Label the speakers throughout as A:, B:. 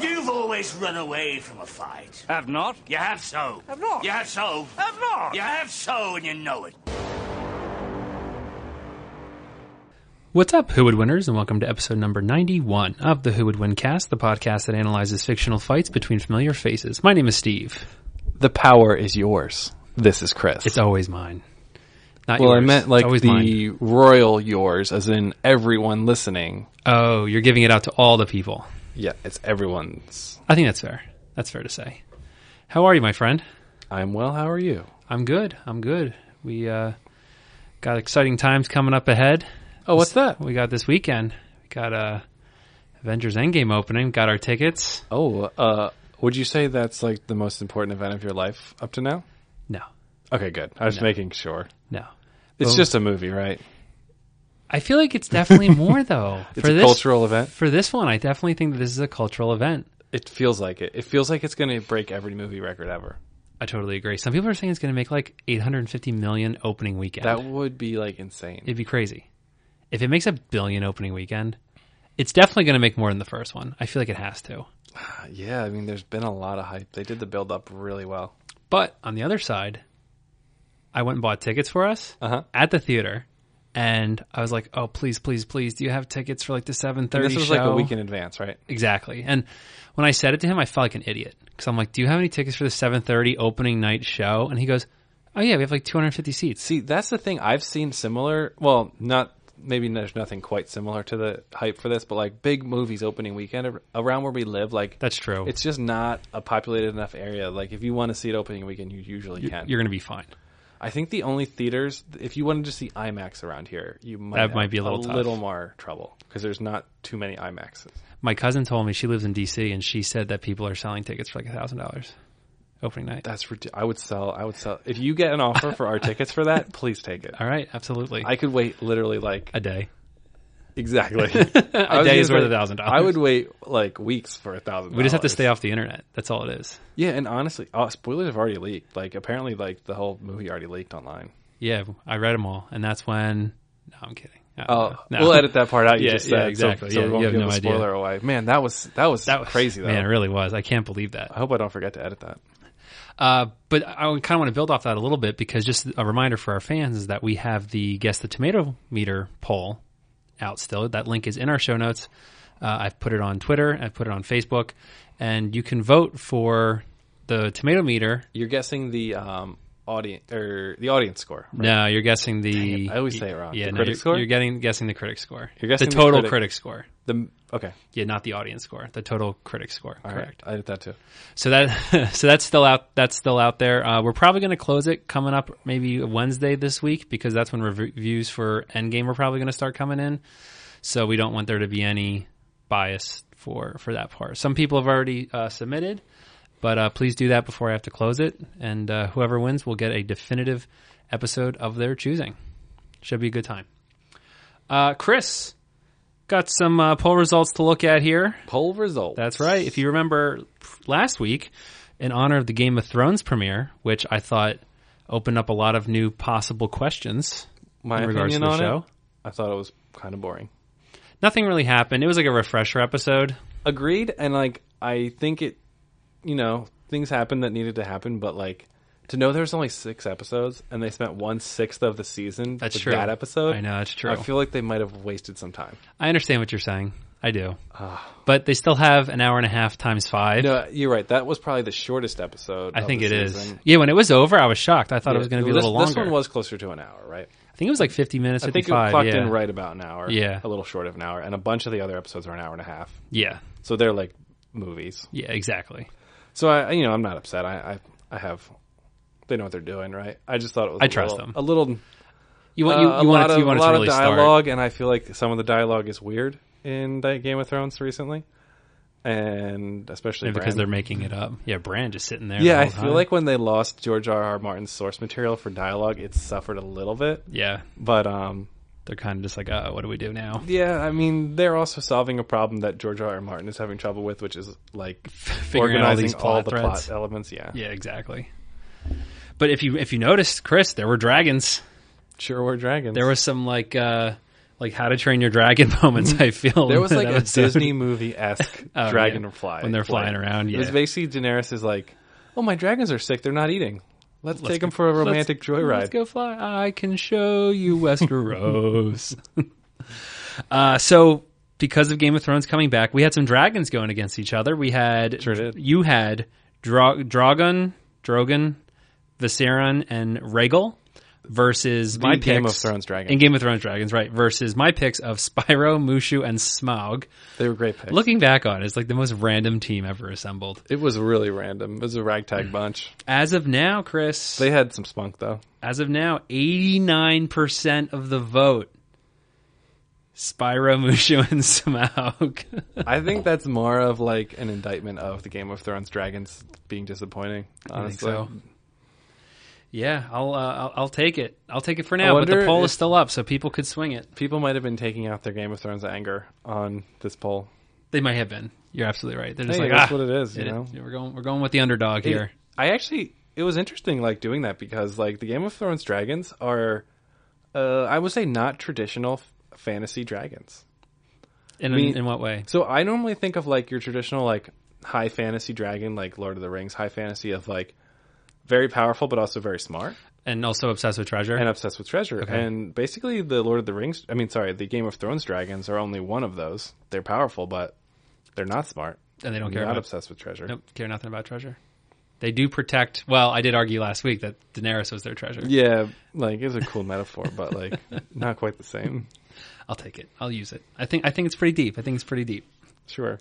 A: You've always run away from a fight.
B: Have not?
A: You have so.
B: Have not?
A: You have so.
B: Have not?
A: You have so, and you know it.
C: What's up, Who Would Winners, and welcome to episode number 91 of the Who Would Win cast, the podcast that analyzes fictional fights between familiar faces. My name is Steve.
D: The power is yours. This is Chris.
C: It's always mine. Not
D: well,
C: yours.
D: I meant like
C: It's always
D: the
C: mine.
D: royal yours, as in everyone listening.
C: Oh, you're giving it out to all the people.
D: Yeah, it's everyone's.
C: I think that's fair. That's fair to say. How are you, my friend?
D: I'm well. How are you?
C: I'm good. I'm good. We uh, got exciting times coming up ahead.
D: Oh, what's that?
C: We got this weekend. We got uh, Avengers Endgame opening. Got our tickets.
D: Oh, uh, would you say that's like the most important event of your life up to now?
C: No,
D: Okay, good. I was making sure.
C: no.
D: It's
C: Well,
D: just a movie, right?
C: I feel like it's definitely more though.
D: It's a cultural event.
C: For this one, I definitely think that this is a cultural event.
D: It feels like it. It feels like it's going to break every movie record ever.
C: I totally agree. Some people are saying it's going to make like 850 million opening weekend.
D: That would be like insane.
C: It'd be crazy. If it makes a billion opening weekend, it's definitely going to make more than the first one. I feel like it has to.
D: yeah, I mean, there's been a lot of hype. They did the build up really well.
C: But on the other side, I went and bought tickets for us
D: Uh-huh.
C: at the theater, and I was like, "Oh, please, please, please, do you have tickets for like the seven thirty
D: This was
C: show?"
D: like a week in advance, right?
C: Exactly. And when I said it to him, I felt like an idiot because I'm like, "Do you have any tickets for the seven thirty opening night show?" And he goes, "Oh yeah, we have like two hundred fifty seats."
D: See, that's the thing. I've seen similar. Well, not maybe there's nothing quite similar to the hype for this, but like big movies opening weekend ar- around where we live, like
C: That's true.
D: It's just not a populated enough area. Like if you want to see it opening weekend, you usually can.
C: You're going to be fine.
D: I think the only theaters, if you wanted to see IMAX around here, you might
C: That
D: have
C: might be a little tough.
D: more trouble because there's not too many IMAXs.
C: My cousin told me she lives in D.C. and she said that people are selling tickets for like a thousand dollars opening night.
D: That's ridiculous. I would sell. I would sell. If you get an offer for our tickets for that, please take it.
C: All right, absolutely.
D: I could wait literally like
C: a day.
D: Exactly.
C: A
D: a
C: day is worth $1,000.
D: I would wait like weeks for a thousand.
C: We just have to stay off the internet. That's all it is.
D: Yeah, and honestly, oh, spoilers have already leaked. Like apparently, like the whole movie already leaked online.
C: Yeah, I read them all, and that's when. No, I'm kidding. I don't
D: Oh,
C: know. No.
D: we'll edit that part out. You
C: Yeah,
D: just
C: yeah,
D: said, so-
C: exactly.
D: So,
C: Yeah,
D: we
C: you
D: won't
C: have
D: give
C: no
D: the
C: idea.
D: spoiler away. Man, that was that was
C: That was
D: crazy though.
C: Man, it really was. I can't believe
D: I
C: that.
D: hope I don't forget to edit that.
C: Uh, but I kind of want to build off that a little bit because just a reminder for our fans is that we have the guess the tomato meter poll out still. That link is in our show notes. Uh, I've put it on Twitter. I've put it on Facebook, and you can vote for the tomato meter.
D: You're guessing the um audience or the audience score. right?
C: No, you're guessing the.
D: Dang it, I always say it wrong.
C: Yeah,
D: The
C: no,
D: critic
C: you're,
D: score?
C: you're getting guessing the critic score.
D: You're guessing
C: the
D: the
C: total
D: critic-
C: score.
D: The okay.
C: Yeah, not the audience score. The total critic score.
D: All
C: correct.
D: right. I did that too.
C: So that so that's still out. That's still out there. Uh, we're probably going to close it coming up maybe Wednesday this week because that's when reviews for Endgame are probably going to start coming in. So we don't want there to be any bias for for that part. Some people have already uh, submitted, but uh, please do that before I have to close it. And uh, whoever wins will get a definitive episode of their choosing. Should be a good time. Uh, Chris got some uh, poll results to look at here.
D: Poll result.
C: That's right. If you remember last week, in honor of the Game of Thrones premiere, which I thought opened up a lot of new possible questions
D: my
C: in regards to
D: opinion
C: the
D: on
C: show.
D: it. I thought it was kind of boring.
C: Nothing really happened. It was like a refresher episode.
D: agreed and like i think it you know things happened that needed to happen but like to know there's only six episodes and they spent one sixth of the season
C: That's
D: with
C: true.
D: that episode
C: I know, that's true.
D: i feel like they might have wasted some time
C: I understand what you're saying. I do. but they still have an hour and a half times five.
D: Ah. no you're right that was probably the shortest episode
C: I
D: of
C: think
D: the
C: it is.
D: season.
C: Yeah, when it was over, I was shocked. I thought it was going to be
D: this,
C: a little longer.
D: this one was closer to an hour right
C: I think it was like 50 minutes,
D: i think it
C: 55.
D: clocked
C: yeah.
D: in right about an hour
C: Yeah.
D: a little short of an hour and a bunch of the other episodes are an hour and a half
C: Yeah.
D: so they're like movies
C: Yeah, exactly.
D: So I, you know, I'm not upset. I, I, I have. They know what they're doing, right? I just thought it was.
C: I
D: a
C: trust
D: little-
C: them.
D: A little.
C: You want, you, you
D: uh, a
C: want,
D: lot
C: it,
D: of,
C: you want
D: a
C: it to
D: lot
C: really
D: of
C: start.
D: dialogue, and I feel like some of the dialogue is weird in that Game of Thrones recently. and especially
C: Yeah, because
D: Bran.
C: they're making it up. Yeah, Bran just sitting there.
D: Yeah,
C: the
D: I
C: whole
D: feel
C: time.
D: like when they lost George R. R. Martin's source material for dialogue, it suffered a little bit.
C: yeah,
D: But um,
C: they're kind of just like, uh, what do we do now?
D: yeah, I mean, they're also solving a problem that George R. R. Martin is having trouble with, which is like
C: Figuring out all
D: organizing
C: these plot
D: the
C: threads.
D: plot elements. Yeah,
C: Yeah, exactly. But if you if you noticed, Chris, there were dragons.
D: sure, we're dragons.
C: There was some like uh like How to Train Your Dragon moments. I feel
D: Mm-hmm. There was
C: in
D: like
C: that
D: a
C: episode.
D: Disney movie esque
C: Oh,
D: dragon
C: yeah.
D: fly
C: When they're flying around,
D: It was
C: yeah.
D: basically Daenerys is like, "Oh, my dragons are sick. They're not eating. Let's, take 'em take
C: go-
D: them for a
C: let's-
D: romantic
C: Let's
D: joyride."
C: go fly. I can show you Westeros. uh, so, because of Game of Thrones coming back, we had some dragons going against each other. We had
D: Sure did.
C: you had Dra- Drogon, Drogon, Viserion, and Rhaegal versus my picks
D: Game of Thrones dragons.
C: in Game of Thrones dragons, right? Versus my picks of Spyro, Mushu, and Smaug.
D: They were great picks.
C: Looking back on it, it's like the most random team ever assembled.
D: it was really random. It was a ragtag bunch.
C: As of now, Chris,
D: They had some spunk though.
C: as of now, 89% of the vote. Spyro, Mushu, and Smaug.
D: I think that's more of like an indictment of the Game of Thrones dragons being disappointing. Honestly,
C: so. Yeah, I'll, uh, I'll I'll take it. I'll take it for now.
D: I
C: But the
D: wonder
C: poll
D: if-
C: is still up, so people could swing it.
D: people might have been taking out their Game of Thrones anger on this poll.
C: They might have been. You're absolutely right. They're just
D: Hey,
C: like,
D: that's
C: ah,
D: what it is, you
C: it-
D: know?
C: We're going we're going with the underdog here.
D: I actually it was interesting like doing that because like the Game of Thrones dragons are uh I would say not traditional f- fantasy dragons.
C: In,
D: mean-
C: in what way?
D: So I normally think of like your traditional like high fantasy dragon like Lord of the Rings high fantasy of like very powerful but also very smart
C: And also obsessed with treasure.
D: and obsessed with treasure. And basically the Lord of the Rings I mean sorry, the Game of Thrones dragons are only one of those. They're powerful but they're not smart.
C: And they don't care
D: They're not
C: about-
D: obsessed with treasure.
C: nope, care nothing about treasure. They do protect. Well, I did argue last week that Daenerys was their treasure.
D: Yeah, like it's a cool metaphor, but like not quite the same.
C: I'll take it. I'll use it. I think I think it's pretty deep. I think it's pretty deep.
D: Sure.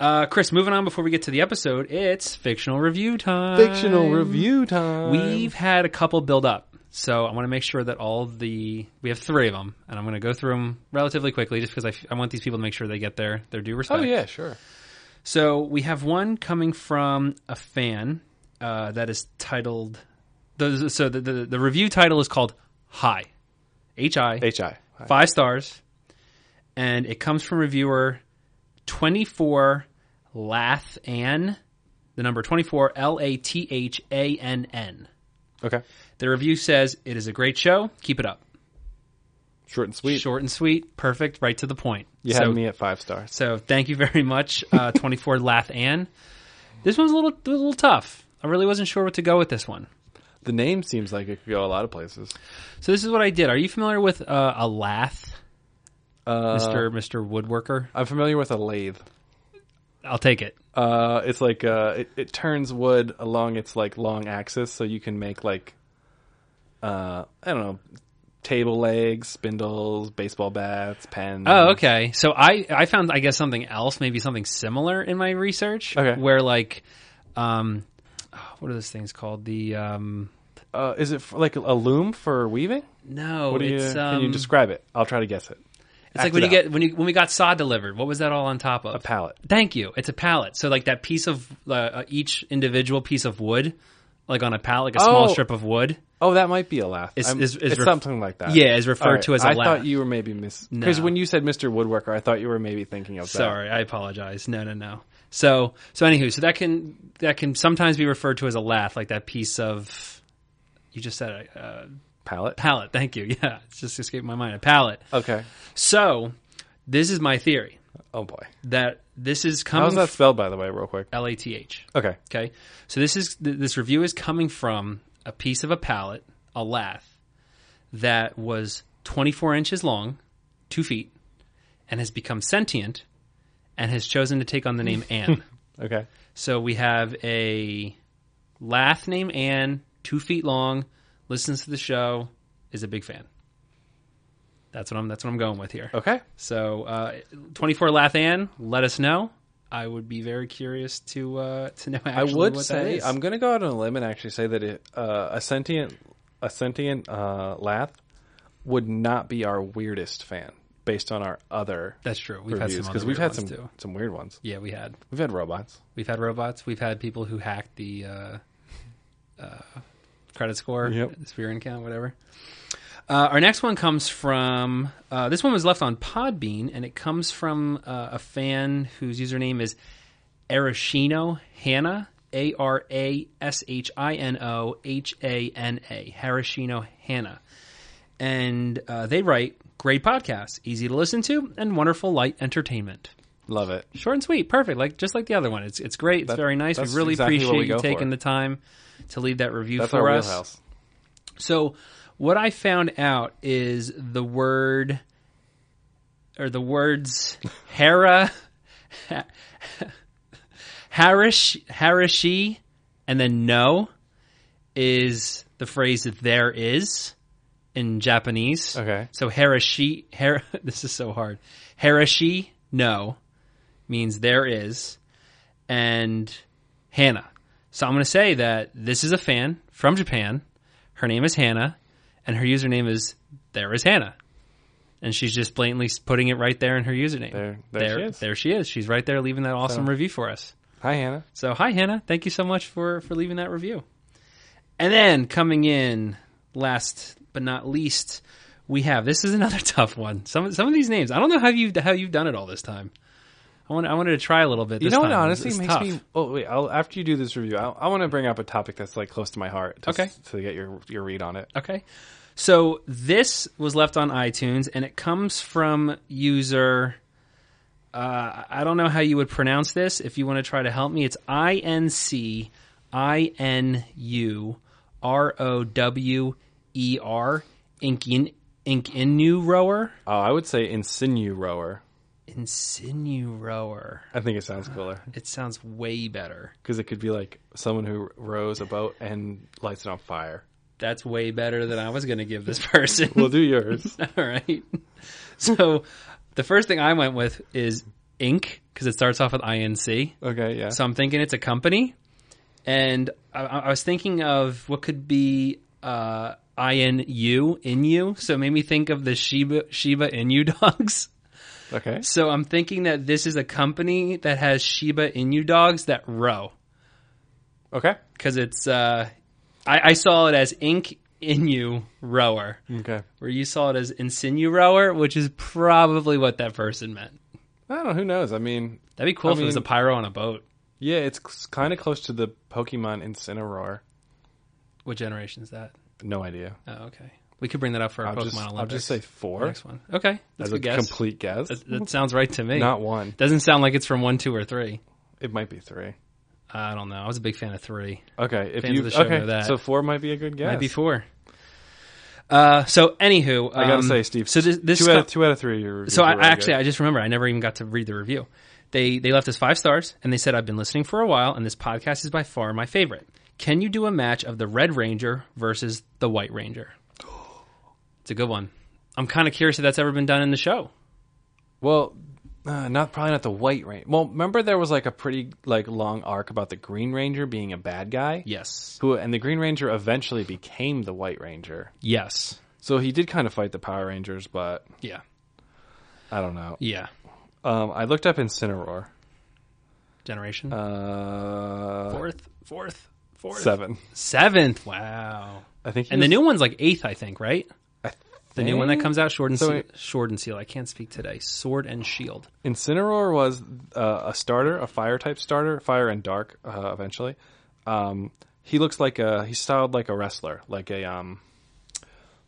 C: Uh, Chris, moving on before we get to the episode, it's fictional review time.
D: Fictional review time.
C: We've had a couple build up, so I want to make sure that all the we have three of them, and I'm going to go through them relatively quickly, just because I, f- I want these people to make sure they get their their due respect.
D: Oh yeah, sure.
C: So we have one coming from a fan uh, that is titled. The, so the, the the review title is called "Hi," H I
D: H I.
C: five stars, and it comes from reviewer twenty four Lath Ann, the number twenty four L A T H A N N.
D: Okay.
C: The review says it is a great show. Keep it up.
D: Short and sweet.
C: Short and sweet, perfect, right to the point.
D: You
C: so,
D: had me at five stars.
C: So thank you very much, uh, twenty four Lath Ann. This one's a little a little tough. I really wasn't sure what to go with this one.
D: The name seems like it could go a lot of places.
C: So this is what I did. Are you familiar with uh, a lath,
D: Uh,
C: Mister Mister Woodworker?
D: I'm familiar with a lathe.
C: I'll take it.
D: Uh, it's like uh, it, it turns wood along its like long axis, so you can make like uh, I don't know, table legs, spindles, baseball bats, pens.
C: Oh, okay. So I I found I guess something else, maybe something similar in my research.
D: Okay.
C: Where like, um, what are those things called? The um,
D: Uh, is it f like a loom for weaving?
C: no,
D: What do you?
C: it's um,
D: can you describe it? I'll try to guess it.
C: it's like
D: act
C: when
D: it
C: you get when you when we got saw delivered. What was that all on top of?
D: A pallet.
C: Thank you. It's a pallet. So like that piece of uh, uh, each individual piece of wood, like on a pallet, like a small
D: Oh.
C: strip of wood.
D: Oh, that might be a laugh.
C: Is-
D: I'm-
C: is- is
D: it's
C: ref-
D: something like that.
C: Yeah, is referred
D: Alright,
C: to as a
D: I
C: laugh.
D: thought you were maybe miss because
C: No.
D: when you said Mr. Woodworker, I thought you were maybe thinking of that.
C: Sorry, I apologize. No, no, no. So, so anywho, so that can that can sometimes be referred to as a lath, like that piece of you just said a uh,
D: pallet.
C: pallet. Thank you. Yeah, it's just escaped my mind. A pallet.
D: okay.
C: So, this is my theory
D: Oh boy,
C: that this is
D: how's
C: coming
D: that
C: from
D: spelled by the way, real quick?
C: L A T H.
D: Okay,
C: Okay, so this is th- this review is coming from a piece of a pallet, a lath that was 24 inches long, two feet, and has become sentient, and has chosen to take on the name Anne.
D: okay.
C: So we have a lath named Anne, two feet long, listens to the show, is a big fan. That's what I'm. That's what I'm going with here.
D: Okay.
C: So, uh, 24 lath Anne, let us know. I would be very curious to uh, to know.
D: I
C: Actually
D: would
C: what that
D: say
C: is.
D: I'm going to go out on a limb and actually say that it, uh, a sentient a sentient uh, lath would not be our weirdest fan based on our other
C: That's true. We've had
D: reviews
C: some because
D: because we've had some
C: too.
D: some weird ones.
C: Yeah, we had.
D: We've had robots.
C: We've had robots. We've had people who hacked the uh, uh, credit score,
D: Yep.
C: sphere and count, whatever. Uh, our next one comes from uh, this one was left on Podbean, and it comes from uh, a fan whose username is Arashino Hannah, A R A S H I N O H A N A, Harashino Hannah. And uh, they write great podcasts, easy to listen to, and wonderful light entertainment
D: Love it.
C: short and sweet, perfect. Like just like the other one. It's it's great. It's
D: That-
C: very nice. We
D: that's
C: really
D: exactly what
C: appreciate
D: we
C: you
D: go
C: taking
D: for.
C: the time to leave that review
D: That's
C: for
D: our
C: us.
D: wheelhouse.
C: So what I found out is the word or the words Hera, Harish, Harishi, and then no is the phrase that there is in Japanese.
D: Okay.
C: So Harashi, her, this is so hard. Harashi, no, means there is, and Hannah. So I'm going to say that this is a fan from Japan. Her name is Hannah, and her username is there is Hannah, and she's just blatantly putting it right there in her username.
D: There- there she is.
C: there she is. She's right there, leaving that awesome review for us.
D: Hi Hannah.
C: So hi Hannah, thank you so much for for leaving that review. And then coming in last but not least, we have this is another tough one. Some some of these names, I don't know how you how you've done it all this time. I want I wanted to try a little bit.
D: You
C: this
D: know what?
C: time.
D: Honestly,
C: It's
D: makes
C: tough.
D: me. Oh wait, I'll, after you do this review, I, I want to bring up a topic that's like close to my heart. to-
C: Okay.
D: To get your your read on it.
C: okay. So this was left on iTunes, and it comes from user. Uh, I don't know how you would pronounce this. If you want to try to help me, it's I N C I N U R O W E R Inkin Inkinu rower
D: Oh, I would say insinu rower.
C: insinu rower.
D: I think it sounds cooler
C: It sounds way better.
D: because it could be like someone who rows a boat and lights it on fire.
C: That's way better than I was going to give this person.
D: We'll do yours.
C: All right. So the first thing I went with is Inc. because it starts off with INC.
D: okay. Yeah.
C: So I'm thinking it's a company. And I, I was thinking of what could be uh, INU, Inu. So it made me think of the Shiba, Shiba Inu dogs.
D: okay.
C: So I'm thinking that this is a company that has Shiba Inu dogs that row
D: Okay.
C: because it's, uh, I, I saw it as Inc. Inu rower
D: Okay.
C: where you saw it as insinu rower, which is probably what that person meant.
D: I don't know. Who knows? I mean,
C: That'd be cool
D: I
C: if it was a
D: mean-
C: pyro on a boat.
D: yeah, it's kind of close to the Pokemon Incineroar.
C: What generation is that?
D: No idea.
C: Oh, okay. We could bring that up for our
D: I'll
C: Pokemon
D: just,
C: Olympics.
D: I'll just say
C: The
D: four
C: next one. Okay, that's
D: as
C: a
D: a
C: good guess.
D: complete guess.
C: That, that sounds right to me.
D: Not one.
C: Doesn't sound like it's from one, two, or three.
D: It might be three.
C: I don't know. I was a big fan of three.
D: Okay. If
C: Fans of
D: you
C: the show
D: okay,
C: know that.
D: so four might be a good guess.
C: Maybe four. Uh, so anywho,
D: I gotta
C: um,
D: say, Steve.
C: So this, this
D: two,
C: co-
D: out of, two out of three. Your
C: So I actually, I just remember, I never even got to read the review. They they left us five stars, and they said, "I've been listening for a while, and this podcast is by far my favorite. Can you do a match of the Red Ranger versus the White Ranger?" It's a good one. I'm kind of curious if that's ever been done in the show.
D: well, uh, not probably not the White Ranger. Well, remember there was like a pretty like long arc about the Green Ranger being a bad guy.
C: Yes,
D: Who and the Green Ranger eventually became the White Ranger.
C: yes,
D: So he did kind of fight the Power Rangers, but
C: yeah,
D: I don't know.
C: yeah.
D: Um, I looked up Incineroar.
C: Generation
D: Uh,
C: fourth, fourth, fourth,
D: seven.
C: seventh. Wow.
D: I think. he
C: And the
D: was-
C: new one's like eighth, I think, right?
D: I
C: The new one that
D: think
C: comes out, Sword and
D: So
C: Seal.
D: it-
C: Sword and Seal. I can't speak today. Sword and Shield.
D: Incineroar was uh, a starter, a fire type starter, fire and dark. Uh, eventually, um, he looks like a he's styled like a wrestler, like a um,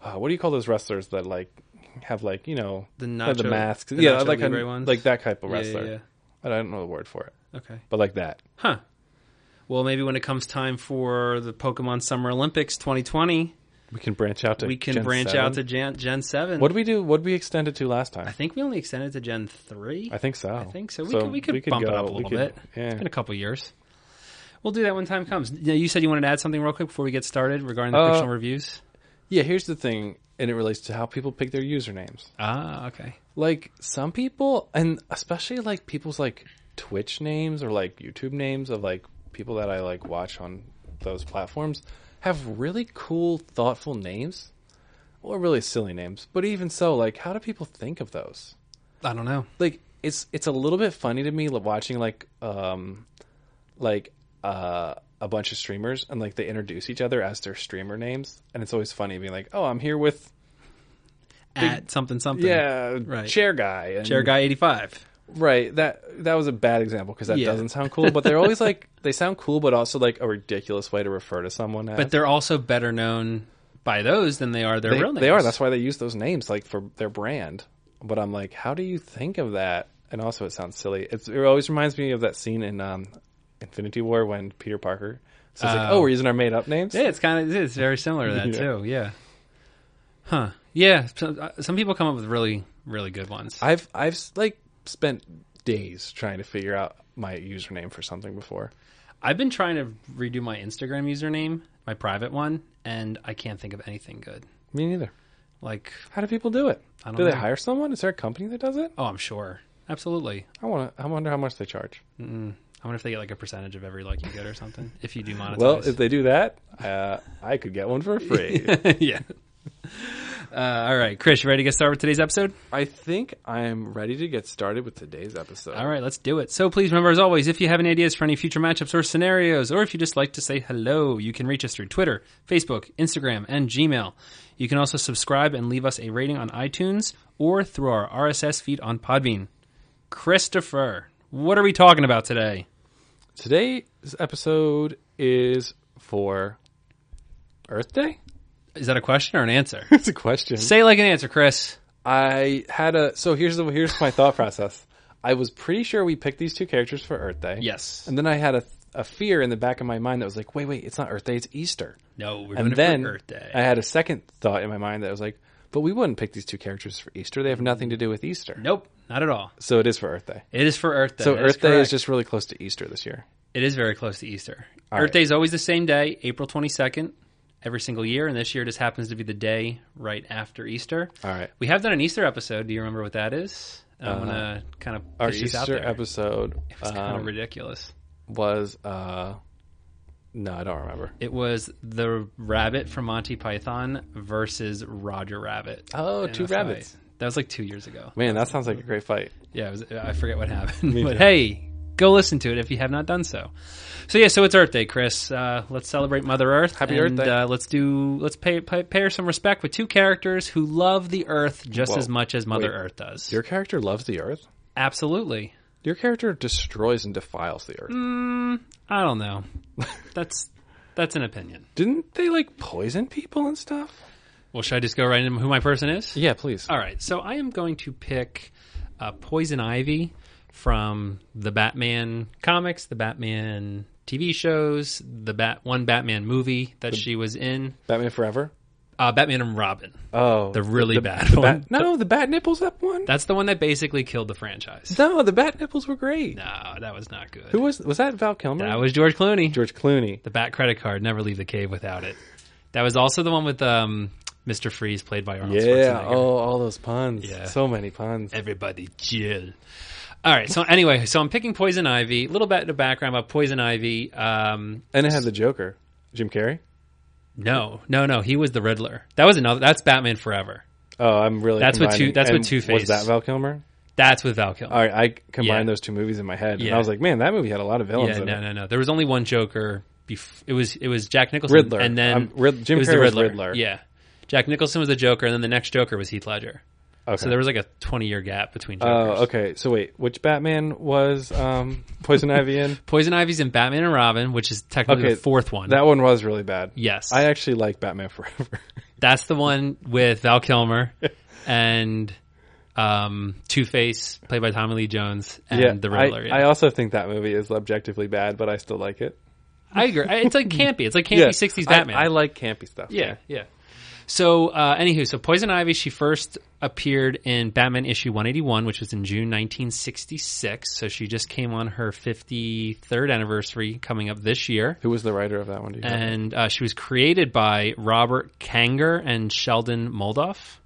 D: uh, what do you call those wrestlers that like have like you know
C: The
D: have the
C: Nacho-
D: masks,
C: the
D: yeah,
C: Nacho
D: like
C: Libre
D: a,
C: ones?
D: like that type of
C: Yeah, yeah,
D: wrestler.
C: yeah.
D: I don't know the word for it,
C: Okay.
D: but like that.
C: Huh. Well, maybe when it comes time for the Pokemon Summer Olympics 2020,
D: We can branch out to
C: we can
D: Gen
C: branch
D: 7.
C: out to Gen, Gen 7.
D: what did we do? What did we extend it to last time?
C: I think we only extended to Gen 3.
D: I think so.
C: I think so. We could, we could bump it
D: go-
C: up a
D: we
C: little
D: could-
C: bit. It's
D: Yeah.
C: been a couple years. We'll do that when time comes. Now, You said you wanted to add something real quick before we get started regarding the
D: Uh,
C: fictional reviews.
D: yeah. Here's the thing, and it relates to how people pick their usernames.
C: Ah, okay.
D: like some people and especially like people's like twitch names or like youtube names of like people that i like watch on those platforms have really cool thoughtful names well, really silly names. But even so, like, how do people think of those?
C: I don't know.
D: like it's it's a little bit funny to me like, watching like um like uh a bunch of streamers and like they introduce each other as their streamer names and it's always funny being like oh i'm here with
C: At something something.
D: yeah
C: Right.
D: chair guy and,
C: Chair guy eighty five.
D: right that that was a bad example because that
C: Yeah.
D: doesn't sound cool but they're always like they sound cool but also like a ridiculous way to refer to someone as.
C: But they're also better known by those than they are their
D: they,
C: real names.
D: they are that's why they use those names like for their brand but i'm like how do you think of that and also it sounds silly it's, it always reminds me of that scene in um, infinity war when peter parker says like oh we're using our made up names
C: Yeah, it's kind of it's very similar to that
D: Yeah.
C: too. Yeah. Huh. Yeah. Some, uh, some people come up with really really good ones.
D: i've i've like spent days trying to figure out my username for something before
C: I've been trying to redo my Instagram username, my private one, and I can't think of anything good.
D: me neither
C: Like,
D: how do people do it
C: I don't
D: do they
C: know.
D: hire someone is there a company that does it
C: oh, I'm sure. Absolutely.
D: i want to i wonder how much they charge
C: I wonder if they get like a percentage of every like you get or something. If you do monetize.
D: well if they do that uh, i could get one for free
C: yeah. Uh, all right, Chris, you ready to get started with today's episode?
D: i think i'm ready to get started with today's episode
C: All right, let's do it. So please remember, as always, if you have any ideas for any future matchups or scenarios, or if you just like to say hello, you can reach us through Twitter, Facebook, Instagram, and Gmail. You can also subscribe and leave us a rating on iTunes or through our RSS feed on Podbean. Christopher, what are we talking about today?
D: Today's episode is for Earth Day.
C: Is that a question or an answer?
D: It's a question.
C: say like an answer, Chris.
D: I had a so here's the here's my thought process. I was pretty sure we picked these two characters for Earth Day.
C: Yes.
D: And then I had a a fear in the back of my mind that was like, wait, wait, it's not Earth Day, it's Easter.
C: No, we're doing
D: and then
C: it for Earth Day.
D: I had a second thought in my mind that was like, but we wouldn't pick these two characters for Easter. They have nothing to do with Easter.
C: nope, not at all.
D: So it is for Earth Day.
C: It is for Earth Day.
D: So
C: That
D: Earth Day is
C: correct.
D: just really close to Easter this year.
C: It is very close to Easter.
D: All
C: Earth
D: right.
C: Day is always the same day, April 22nd, every single year, and this year just happens to be the day right after Easter.
D: All right.
C: We have done an Easter episode. Do you remember what that is? I want to kind of
D: Uh, Our
C: this out
D: Easter
C: there.
D: episode
C: It's kind
D: um,
C: of ridiculous.
D: was uh no, I don't remember.
C: It was the rabbit from Monty Python versus Roger Rabbit.
D: Oh,
C: in
D: two
C: a fight.
D: rabbits.
C: That was like two years ago.
D: Man, that sounds like a great fight.
C: Yeah, it was, I forget what happened. but hey, go listen to it if you have not done so. So yeah, so it's Earth Day, Chris. Uh, let's celebrate Mother Earth.
D: Happy
C: and,
D: Earth Day.
C: Uh, let's do let's pay, pay pay her some respect with two characters who love the Earth just
D: Whoa.
C: as much as Mother
D: Wait.
C: Earth does.
D: Your character loves the earth.
C: Absolutely.
D: Your character destroys and defiles the
C: Mm.
D: earth.
C: I don't know. That's that's an opinion.
D: Didn't they like poison people and stuff?
C: Well, should I just go right into who my person is?
D: Yeah, please.
C: All right, so I am going to pick uh, Poison Ivy from the Batman comics, the Batman TV shows, the Bat one Batman movie that she was in,
D: Batman Forever.
C: uh, Batman and Robin.
D: Oh,
C: The really bad one.
D: Bat, no, the bat nipples. That one.
C: That's the one that basically killed the franchise.
D: no, the bat nipples were great.
C: No, that was not good.
D: Who was was that? Val Kilmer.
C: that was George Clooney.
D: George Clooney.
C: The Bat credit card. Never leave the cave without it. That was also the one with um, Mr. Freeze, played by Arnold
D: Yeah.
C: Schwarzenegger.
D: Oh, all those puns.
C: Yeah.
D: So many puns.
C: Everybody chill. All right. So anyway, so I'm picking Poison Ivy. A little bit of background about Poison Ivy. Um,
D: And it had the Joker, Jim Carrey.
C: no, no, no. He was the Riddler. That was another. That's Batman Forever.
D: Oh, I'm really.
C: That's what
D: combining-
C: Two- that's what
D: and
C: Two-Face-
D: Was that Val Kilmer?
C: That's with Val Kilmer.
D: All right, I combined
C: Yeah.
D: those two movies in my head, and
C: Yeah.
D: I was like, man, that movie had a lot of villains.
C: yeah.
D: in Oh, it.
C: No, no, no. There was only one Joker. Bef- it was it was Jack Nicholson.
D: Riddler.
C: And then
D: Um, Rid- Jim
C: it was
D: Carrey
C: the
D: was
C: Riddler.
D: Riddler.
C: Yeah. Jack Nicholson was the Joker, and then the next Joker was Heath Ledger.
D: Okay.
C: So there was like a 20 year gap between Jokers.
D: Oh, okay. So wait, which Batman was um, Poison Ivy in?
C: Poison Ivy's in Batman and Robin, which is technically
D: Okay,
C: the fourth one.
D: That one was really bad.
C: Yes.
D: I actually like Batman Forever.
C: That's the one with Val Kilmer and um, Two Face, played by Tommy Lee Jones, and
D: yeah,
C: the Riddler.
D: I,
C: yeah.
D: I also think that movie is objectively bad, but I still like it.
C: I agree. I- It's like campy. It's like campy
D: Yeah,
C: '60s
D: I-
C: Batman.
D: I, like campy stuff.
C: yeah, yeah. So, uh, anywho, so Poison Ivy, she first appeared in Batman issue 181, which was in June 1966. So she just came on her 53rd anniversary coming up this year.
D: Who was the writer of that one? Do you know?
C: and uh, she was created by Robert Kanger and Sheldon Moldoff.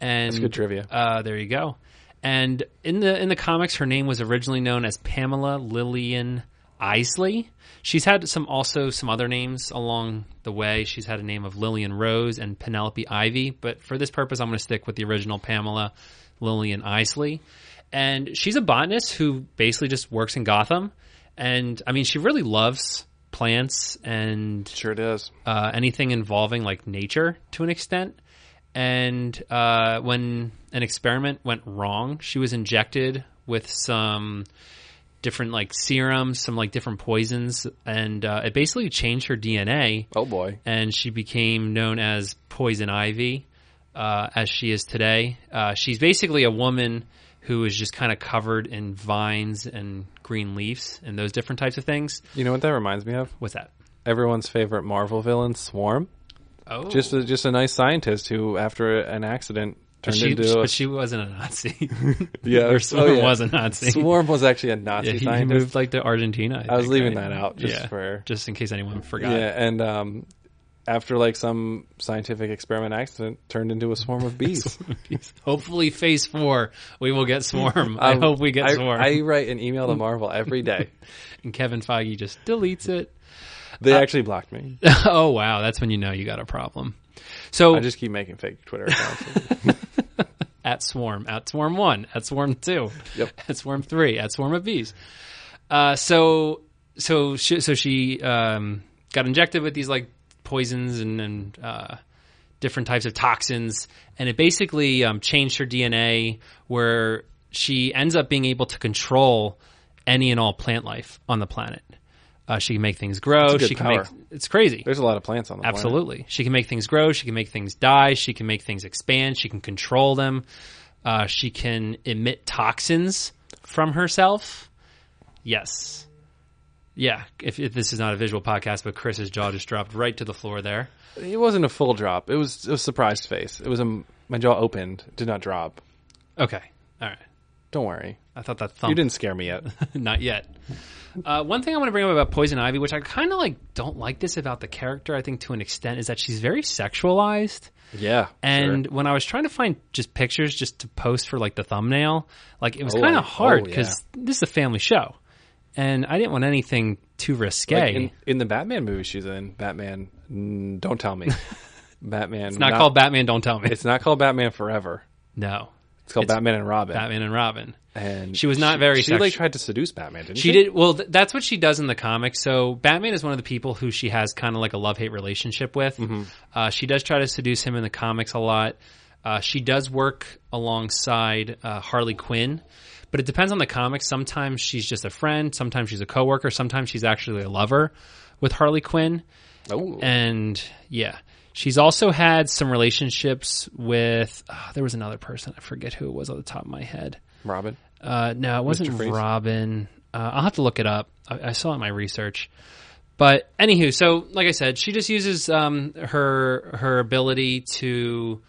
C: And That's
D: good trivia.
C: Uh, there you go. And in the in the comics, her name was originally known as Pamela Lillian Isley. She's had some also some other names along the way. She's had a name of Lillian Rose and Penelope Ivy, but for this purpose, I'm going to stick with the original Pamela Lillian Isley. And she's a botanist who basically just works in Gotham. And I mean, she really loves plants and
D: Sure does.
C: uh, anything involving like nature to an extent. And uh, when an experiment went wrong, she was injected with some different like serums, some like different poisons, and uh, it basically changed her DNA.
D: Oh boy.
C: And she became known as Poison Ivy, uh, as she is today. Uh, she's basically a woman who is just kind of covered in vines and green leaves and those different types of things.
D: You know what that reminds me of?
C: What's that?
D: Everyone's favorite Marvel villain, Swarm.
C: Oh,
D: Just a, just a nice scientist who, after an accident,
C: But
D: turned
C: she,
D: into a
C: but she wasn't a Nazi.
D: yeah.
C: Or Swarm
D: oh, yeah.
C: was a Nazi.
D: Swarm was actually a
C: Yeah,
D: Nazi
C: he, he
D: scientist.
C: moved like to Argentina.
D: I was
C: think,
D: leaving
C: right?
D: that out just for-
C: just in case anyone forgot.
D: yeah, and um, after like some scientific experiment accident, turned into a swarm of bees.
C: Hopefully, Phase Four, we will get Swarm. I
D: Um,
C: hope we get
D: I,
C: Swarm.
D: I write an email to Marvel every day.
C: and Kevin Feige just deletes it.
D: They actually blocked me.
C: oh wow, that's when you know you got a problem. So
D: I just keep making fake Twitter accounts.
C: at swarm, at swarm one, at swarm two,
D: Yep.
C: at swarm three, at swarm of bees. Uh, so so she, so she um, got injected with these like poisons and, and uh, different types of toxins, and it basically um, changed her DNA, where she ends up being able to control any and all plant life on the planet. Uh, she can make things grow.
D: good
C: She can
D: power.
C: make it's crazy.
D: There's a lot of plants on the planet.
C: Absolutely. She can make things grow. She can make things die. She can make things expand. She can control them. Uh, she can emit toxins from herself. Yes. Yeah. If, if this is not a visual podcast, but Chris's jaw just dropped right to the floor there.
D: It wasn't a full drop. It was a surprised face. It was a my jaw opened, did not drop.
C: Okay. All right.
D: Don't worry,
C: I thought that thump.
D: you didn't scare me yet.
C: not yet. Uh, one thing I want to bring up about Poison Ivy, which I kind of like, don't like this about the character. I think to an extent is that she's very sexualized.
D: yeah,
C: And
D: sure.
C: when I was trying to find just pictures just to post for like the thumbnail, like it was
D: Oh,
C: kind
D: I-
C: of hard
D: oh, yeah.
C: because this is a family show, and I didn't want anything too risque.
D: Like, in, in the Batman movie she's in, Batman, mm, don't tell me, Batman.
C: it's not, called Batman. Don't tell me.
D: It's not called Batman Forever.
C: no,
D: It's called
C: It's
D: Batman and Robin.
C: Batman and Robin.
D: And
C: She was not very
D: She
C: sexu-
D: like tried to seduce Batman, didn't
C: She
D: she?
C: did well. Th- that's what she does in the comics. So Batman is one of the people who she has kind of like a love hate relationship with. Uh, she does try to seduce him in the comics a lot. Uh, she does work alongside uh, Harley Quinn, but it depends on the comics. Sometimes she's just a friend. Sometimes she's a coworker. Sometimes she's actually a lover with Harley Quinn.
D: Oh,
C: And yeah, she's also had some relationships with. ah, there was another person. I forget who it was on the top of my head.
D: Robin.
C: Uh, no, it wasn't
D: Freeze?
C: Robin. Uh, I'll have to look it up. I, I saw it in my research. But anywho, so like I said, she just uses um, her her ability to.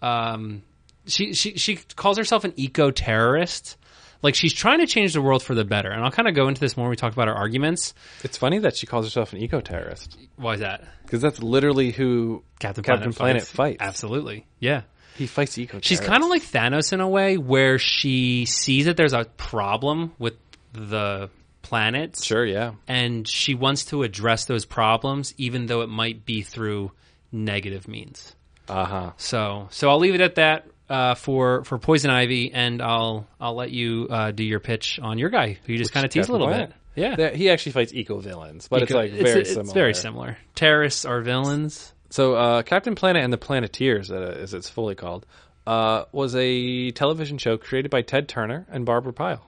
C: Um, she she she calls herself an eco terrorist. Like she's trying to change the world for the better, and I'll kind of go into this more when we talk about our arguments.
D: It's funny that she calls herself an eco terrorist
C: Why is that?
D: because that's literally who Captain, Planet, fights.
C: Absolutely, yeah.
D: He fights eco.
C: She's kind of like Thanos in a way, where she sees that there's a problem with the planet,
D: sure, yeah.
C: and she wants to address those problems, even though it might be through negative means.
D: Uh huh.
C: So, so I'll leave it at that uh, for for Poison Ivy, and I'll I'll let you uh, do your pitch on your guy who you just kind of teased a little bit. Yeah,
D: he actually fights eco villains, but it's
C: Eco-
D: like very
C: it's,
D: similar.
C: very similar. Terrorists are villains.
D: So, uh, Captain Planet and the Planeteers, uh, as it's fully called, uh, was a television show created by Ted Turner and Barbara Pyle.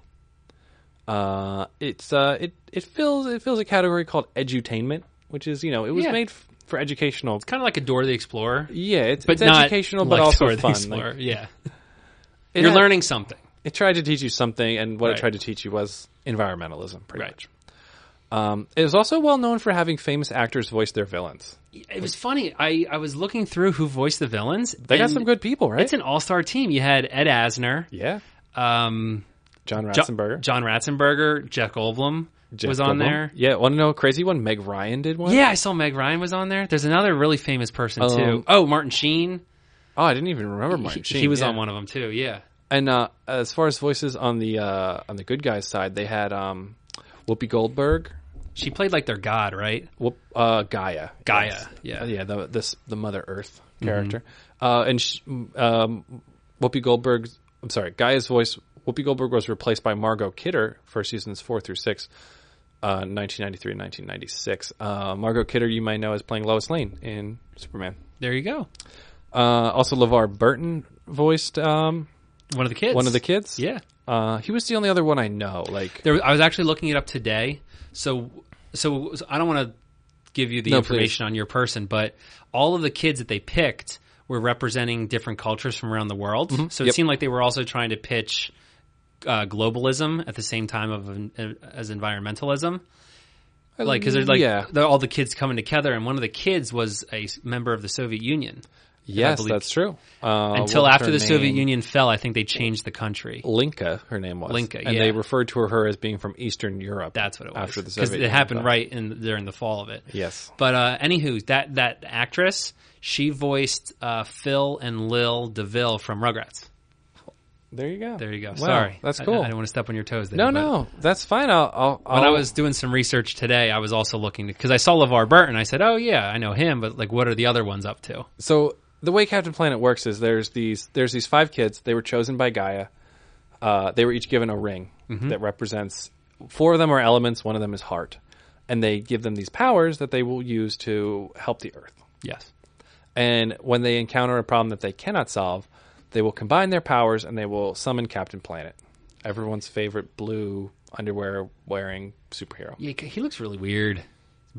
D: Uh, it's uh, it it fills it fills a category called edutainment, which is you know it was
C: Yeah.
D: made f- for educational.
C: Kind of like a Dora the Explorer,
D: Yeah, it's,
C: but
D: it's
C: not
D: educational, but
C: like
D: also
C: Dora the
D: fun. Like,
C: Explorer. yeah,
D: it
C: you're
D: had-
C: learning something.
D: It tried to teach you something, and what
C: Right.
D: it tried to teach you was environmentalism, pretty
C: Right.
D: much. Um, it was also well known for having famous actors voice their villains.
C: It was funny. I, I was looking through who voiced the villains.
D: They got
C: and
D: some good people, right?
C: It's an all star team. You had Ed Asner.
D: yeah,
C: Um,
D: John
C: Jo-
D: Ratzenberger.
C: John Ratzenberger, Jeff Goldblum
D: Jeff
C: was on
D: Goldblum.
C: there.
D: Yeah, want to know a crazy one? Meg Ryan did one.
C: Yeah, I saw Meg Ryan was on there. There's another really famous person
D: Um,
C: too. Oh, Martin Sheen.
D: Oh, I didn't even remember Martin
C: He-
D: Sheen.
C: he was
D: yeah.
C: on one of them too. Yeah.
D: And uh, as far as voices on the uh, on the good guys side, they had um, Whoopi Goldberg
C: She played like their god, right?
D: Well, uh, Gaia.
C: Gaia,
D: Yes.
C: yeah. Mm-hmm.
D: Uh, yeah. The this the Mother Earth character, uh, and sh- um, Whoopi Goldberg's. I'm sorry, Gaia's voice. Whoopi Goldberg was replaced by Margot Kidder for seasons four through six, uh, 1993 and 1996. Uh, Margot Kidder, you might know, is playing Lois Lane in Superman.
C: There you go.
D: Uh, also, LeVar Burton voiced um,
C: One of the kids.
D: one of the kids.
C: Yeah.
D: Uh, he was the only other one I know. Like,
C: There, I was actually looking it up today. So, so, so I don't want to give you the
D: No,
C: information on your person, but all of the kids that they picked were representing different cultures from around the world. So it
D: Mm-hmm. Yep.
C: seemed like they were also trying to pitch uh, globalism at the same time of en- as environmentalism. Like, because they're like
D: Uh, yeah.
C: they're all the kids coming together, and one of the kids was a s- member of the Soviet Union.
D: yes,
C: believe-
D: that's true. Uh,
C: Until
D: what's
C: after
D: her
C: the Soviet
D: name?
C: Union fell, I think they changed the country.
D: Linka, her name was.
C: Linka,
D: and
C: yeah.
D: they referred to her as being from Eastern Europe.
C: That's what it was.
D: After the
C: because
D: Soviet
C: it
D: Union
C: happened
D: fell.
C: right in during the fall of it.
D: Yes.
C: But uh, anywho, that that actress she voiced uh, Phil and Lil Deville from Rugrats.
D: There you go.
C: There you go.
D: Wow,
C: Sorry,
D: that's
C: I-
D: cool.
C: I, don't want to step on your toes. There,
D: no,
C: but
D: no, that's fine. I'll. I'll,
C: When
D: I'll
C: I was doing some research today, I was also looking because I saw LeVar Burton. I said, "Oh yeah, I know him," but like, what are the other ones up to?
D: so the way Captain Planet works is there's these there's these five kids. They were chosen by Gaia. Uh, they were each given a ring that represents four of them are elements. One of them is heart, and they give them these powers that they will use to help the Earth.
C: Yes,
D: And when they encounter a problem that they cannot solve, they will combine their powers and they will summon Captain Planet, everyone's favorite blue underwear wearing superhero.
C: yeah, c- he looks really weird.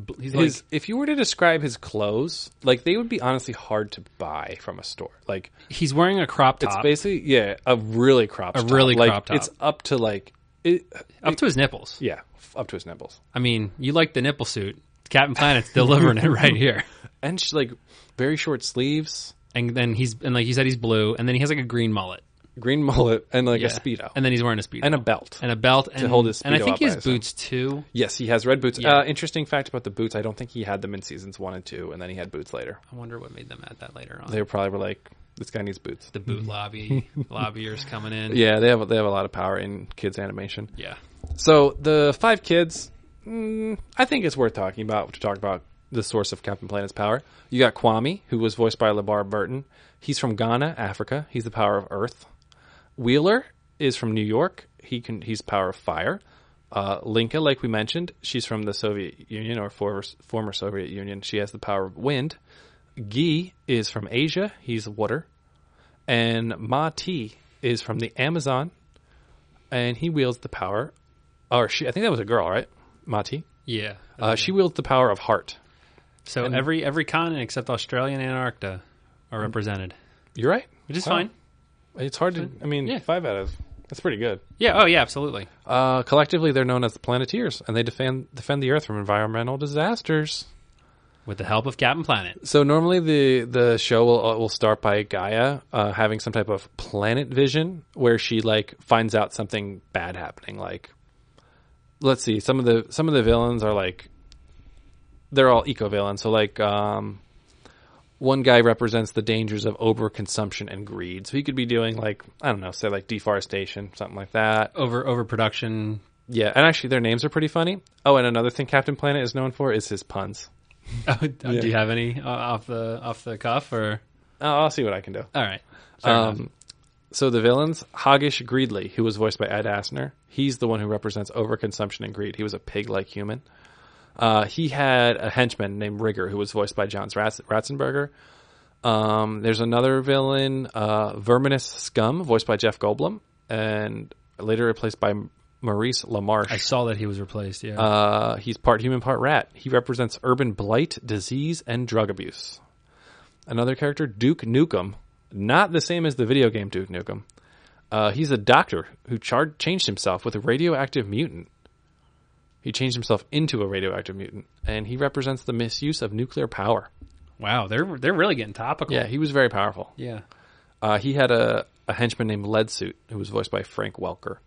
C: B- He's
D: His,
C: like
D: if you were to describe his clothes, like they would be honestly hard to buy from a store. Like
C: he's wearing a crop
D: it's
C: top
D: basically yeah, a really crop,
C: A
D: top.
C: really
D: like,
C: crop top.
D: It's up to like it,
C: up to his nipples.
D: yeah, f- up to his nipples.
C: I mean, you like the nipple suit? Captain Planet's delivering it right here.
D: And sh like very short sleeves,
C: and then he's and like you said he's blue and then he has like a green mullet
D: green mullet, and like a
C: Yeah.
D: speedo,
C: and then he's wearing a speedo
D: and a belt.
C: and a belt and,
D: hold his
C: and I
D: Speedo
C: think
D: up,
C: he
D: I
C: has
D: assume.
C: boots too
D: Yes, he has red boots.
C: Yeah.
D: Uh, interesting fact about the boots: I don't think he had them in seasons one and two, and then he had boots later.
C: I wonder what made them add that later on
D: They probably were like, "This guy needs boots."
C: the boot lobby lobbyers coming in
D: Yeah, they have they have a lot of power in kids animation.
C: yeah
D: So the five kids, mm, I think it's worth talking about to talk about the source of Captain Planet's power. You got Kwame, who was voiced by LeVar Burton. He's from Ghana, Africa. He's the power of Earth. Wheeler is from New York. He can he's power of fire. Uh, Linka, like we mentioned, she's from the Soviet Union or former former Soviet Union. She has the power of wind. Guy is from Asia. He's water, and Mati is from the Amazon, and he wields the power. Or Oh, she, I think that was a girl, right? Mati.
C: yeah
D: Uh, she wields the power of heart.
C: so every every continent except Australia and Antarctica are represented
D: You're right.
C: which is
D: Wow.
C: fine
D: It's hard to. I mean,
C: Yeah.
D: five out of that's pretty good.
C: yeah oh yeah absolutely
D: Uh, collectively, they're known as the Planeteers, and they defend defend the Earth from environmental disasters.
C: with the help of Captain Planet
D: So normally the the show will uh, will start by Gaia uh, having some type of planet vision where she like finds out something bad happening. Like, let's see, some of the some of the villains are like they're all eco villains. So like um, one guy represents the dangers of overconsumption and greed. So he could be doing like I don't know, say like deforestation, something like that.
C: over overproduction
D: Yeah, and actually their names are pretty funny. Oh, and another thing Captain Planet is known for is his puns.
C: Oh, do you have any uh, off the off the cuff or
D: Uh, I'll see what I can do.
C: all right
D: Um, so the villains, Hoggish Greedley, who was voiced by Ed Asner, he's the one who represents overconsumption and greed. He was a pig-like human. Uh, he had a henchman named Rigger, who was voiced by John Ratz- Ratzenberger. Um, there's another villain, uh, Verminous Scum, voiced by Jeff Goldblum, and later replaced by Maurice LaMarche.
C: I saw that he was replaced yeah
D: Uh, he's part human, part rat. He represents urban blight, disease, and drug abuse. Another character, Duke Nukem, not the same as the video game Duke Nukem. Uh, he's a doctor who char- changed himself with a radioactive mutant. He changed himself into a radioactive mutant, and he represents the misuse of nuclear power.
C: wow they're they're really getting topical
D: Yeah, he was very powerful.
C: yeah
D: Uh, he had a, a henchman named Leadsuit, who was voiced by Frank Welker.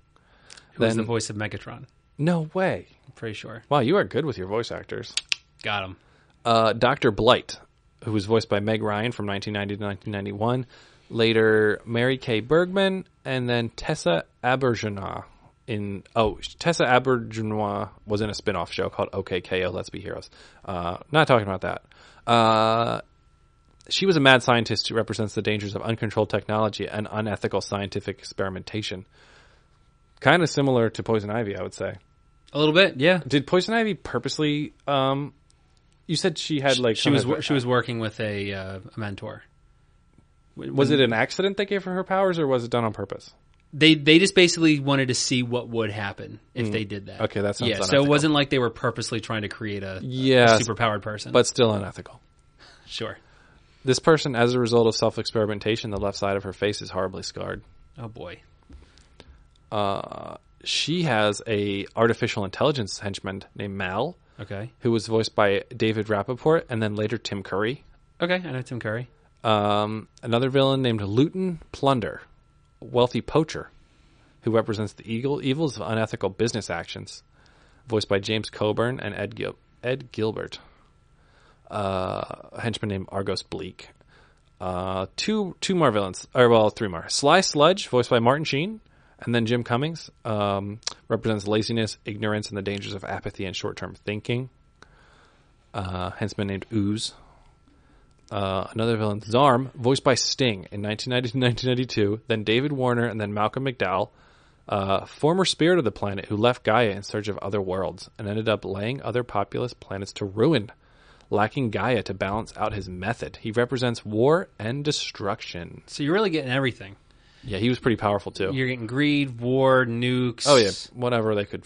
C: who was
D: Then-
C: the voice of Megatron
D: No way!
C: I'm pretty sure
D: Wow, you are good with your voice actors.
C: got him
D: uh, Dr. Blight, who was voiced by Meg Ryan from 1990 to 1991, later Mary Kay Bergman, and then Tessa Abergena in oh Tessa Abergenois was in a spin-off show called OKKO Let's Be Heroes. Uh, not talking about that. Uh, she was a mad scientist who represents the dangers of uncontrolled technology and unethical scientific experimentation. Kind of similar to Poison Ivy, I would say.
C: A little bit, yeah.
D: Did Poison Ivy purposely? Um, you said she had like
C: She
D: some
C: was
D: of-
C: wor- she was working with a uh, a mentor.
D: Was it an accident they gave her her powers, or was it done on purpose?
C: They they just basically wanted to see what would happen if they did that.
D: Hmm. Okay, that sounds
C: yeah. So
D: unethical.
C: it wasn't like they were purposely trying to create a,
D: Yes,
C: super powered person.
D: but still unethical.
C: sure.
D: This person, as a result of self experimentation, the left side of her face is horribly scarred.
C: Oh boy.
D: She has a artificial intelligence henchman named Mal,
C: Okay.
D: who was voiced by David Rappaport and then later Tim Curry.
C: Okay. I know Tim Curry.
D: Um, another villain named Luton Plunder, a wealthy poacher, who represents the eagle, evils of unethical business actions, voiced by James Coburn and Ed, Gil- Ed Gilbert. Uh, a henchman named Argos Bleak. Uh, two two more villains, or well, three more. Sly Sludge, voiced by Martin Sheen, and then Jim Cummings, um, represents laziness, ignorance, and the dangers of apathy and short term thinking. Uh, henchman named Ooze, uh, another villain, Zarm, voiced by Sting in 1990 1992, then David Warner, and then Malcolm McDowell, uh, former spirit of the planet who left Gaia in search of other worlds and ended up laying other populous planets to ruin. Lacking Gaia to balance out his method, he represents war and destruction.
C: So you're really getting everything.
D: Yeah, he was pretty powerful too.
C: You're getting greed, war, nukes.
D: Oh yeah, whatever they could.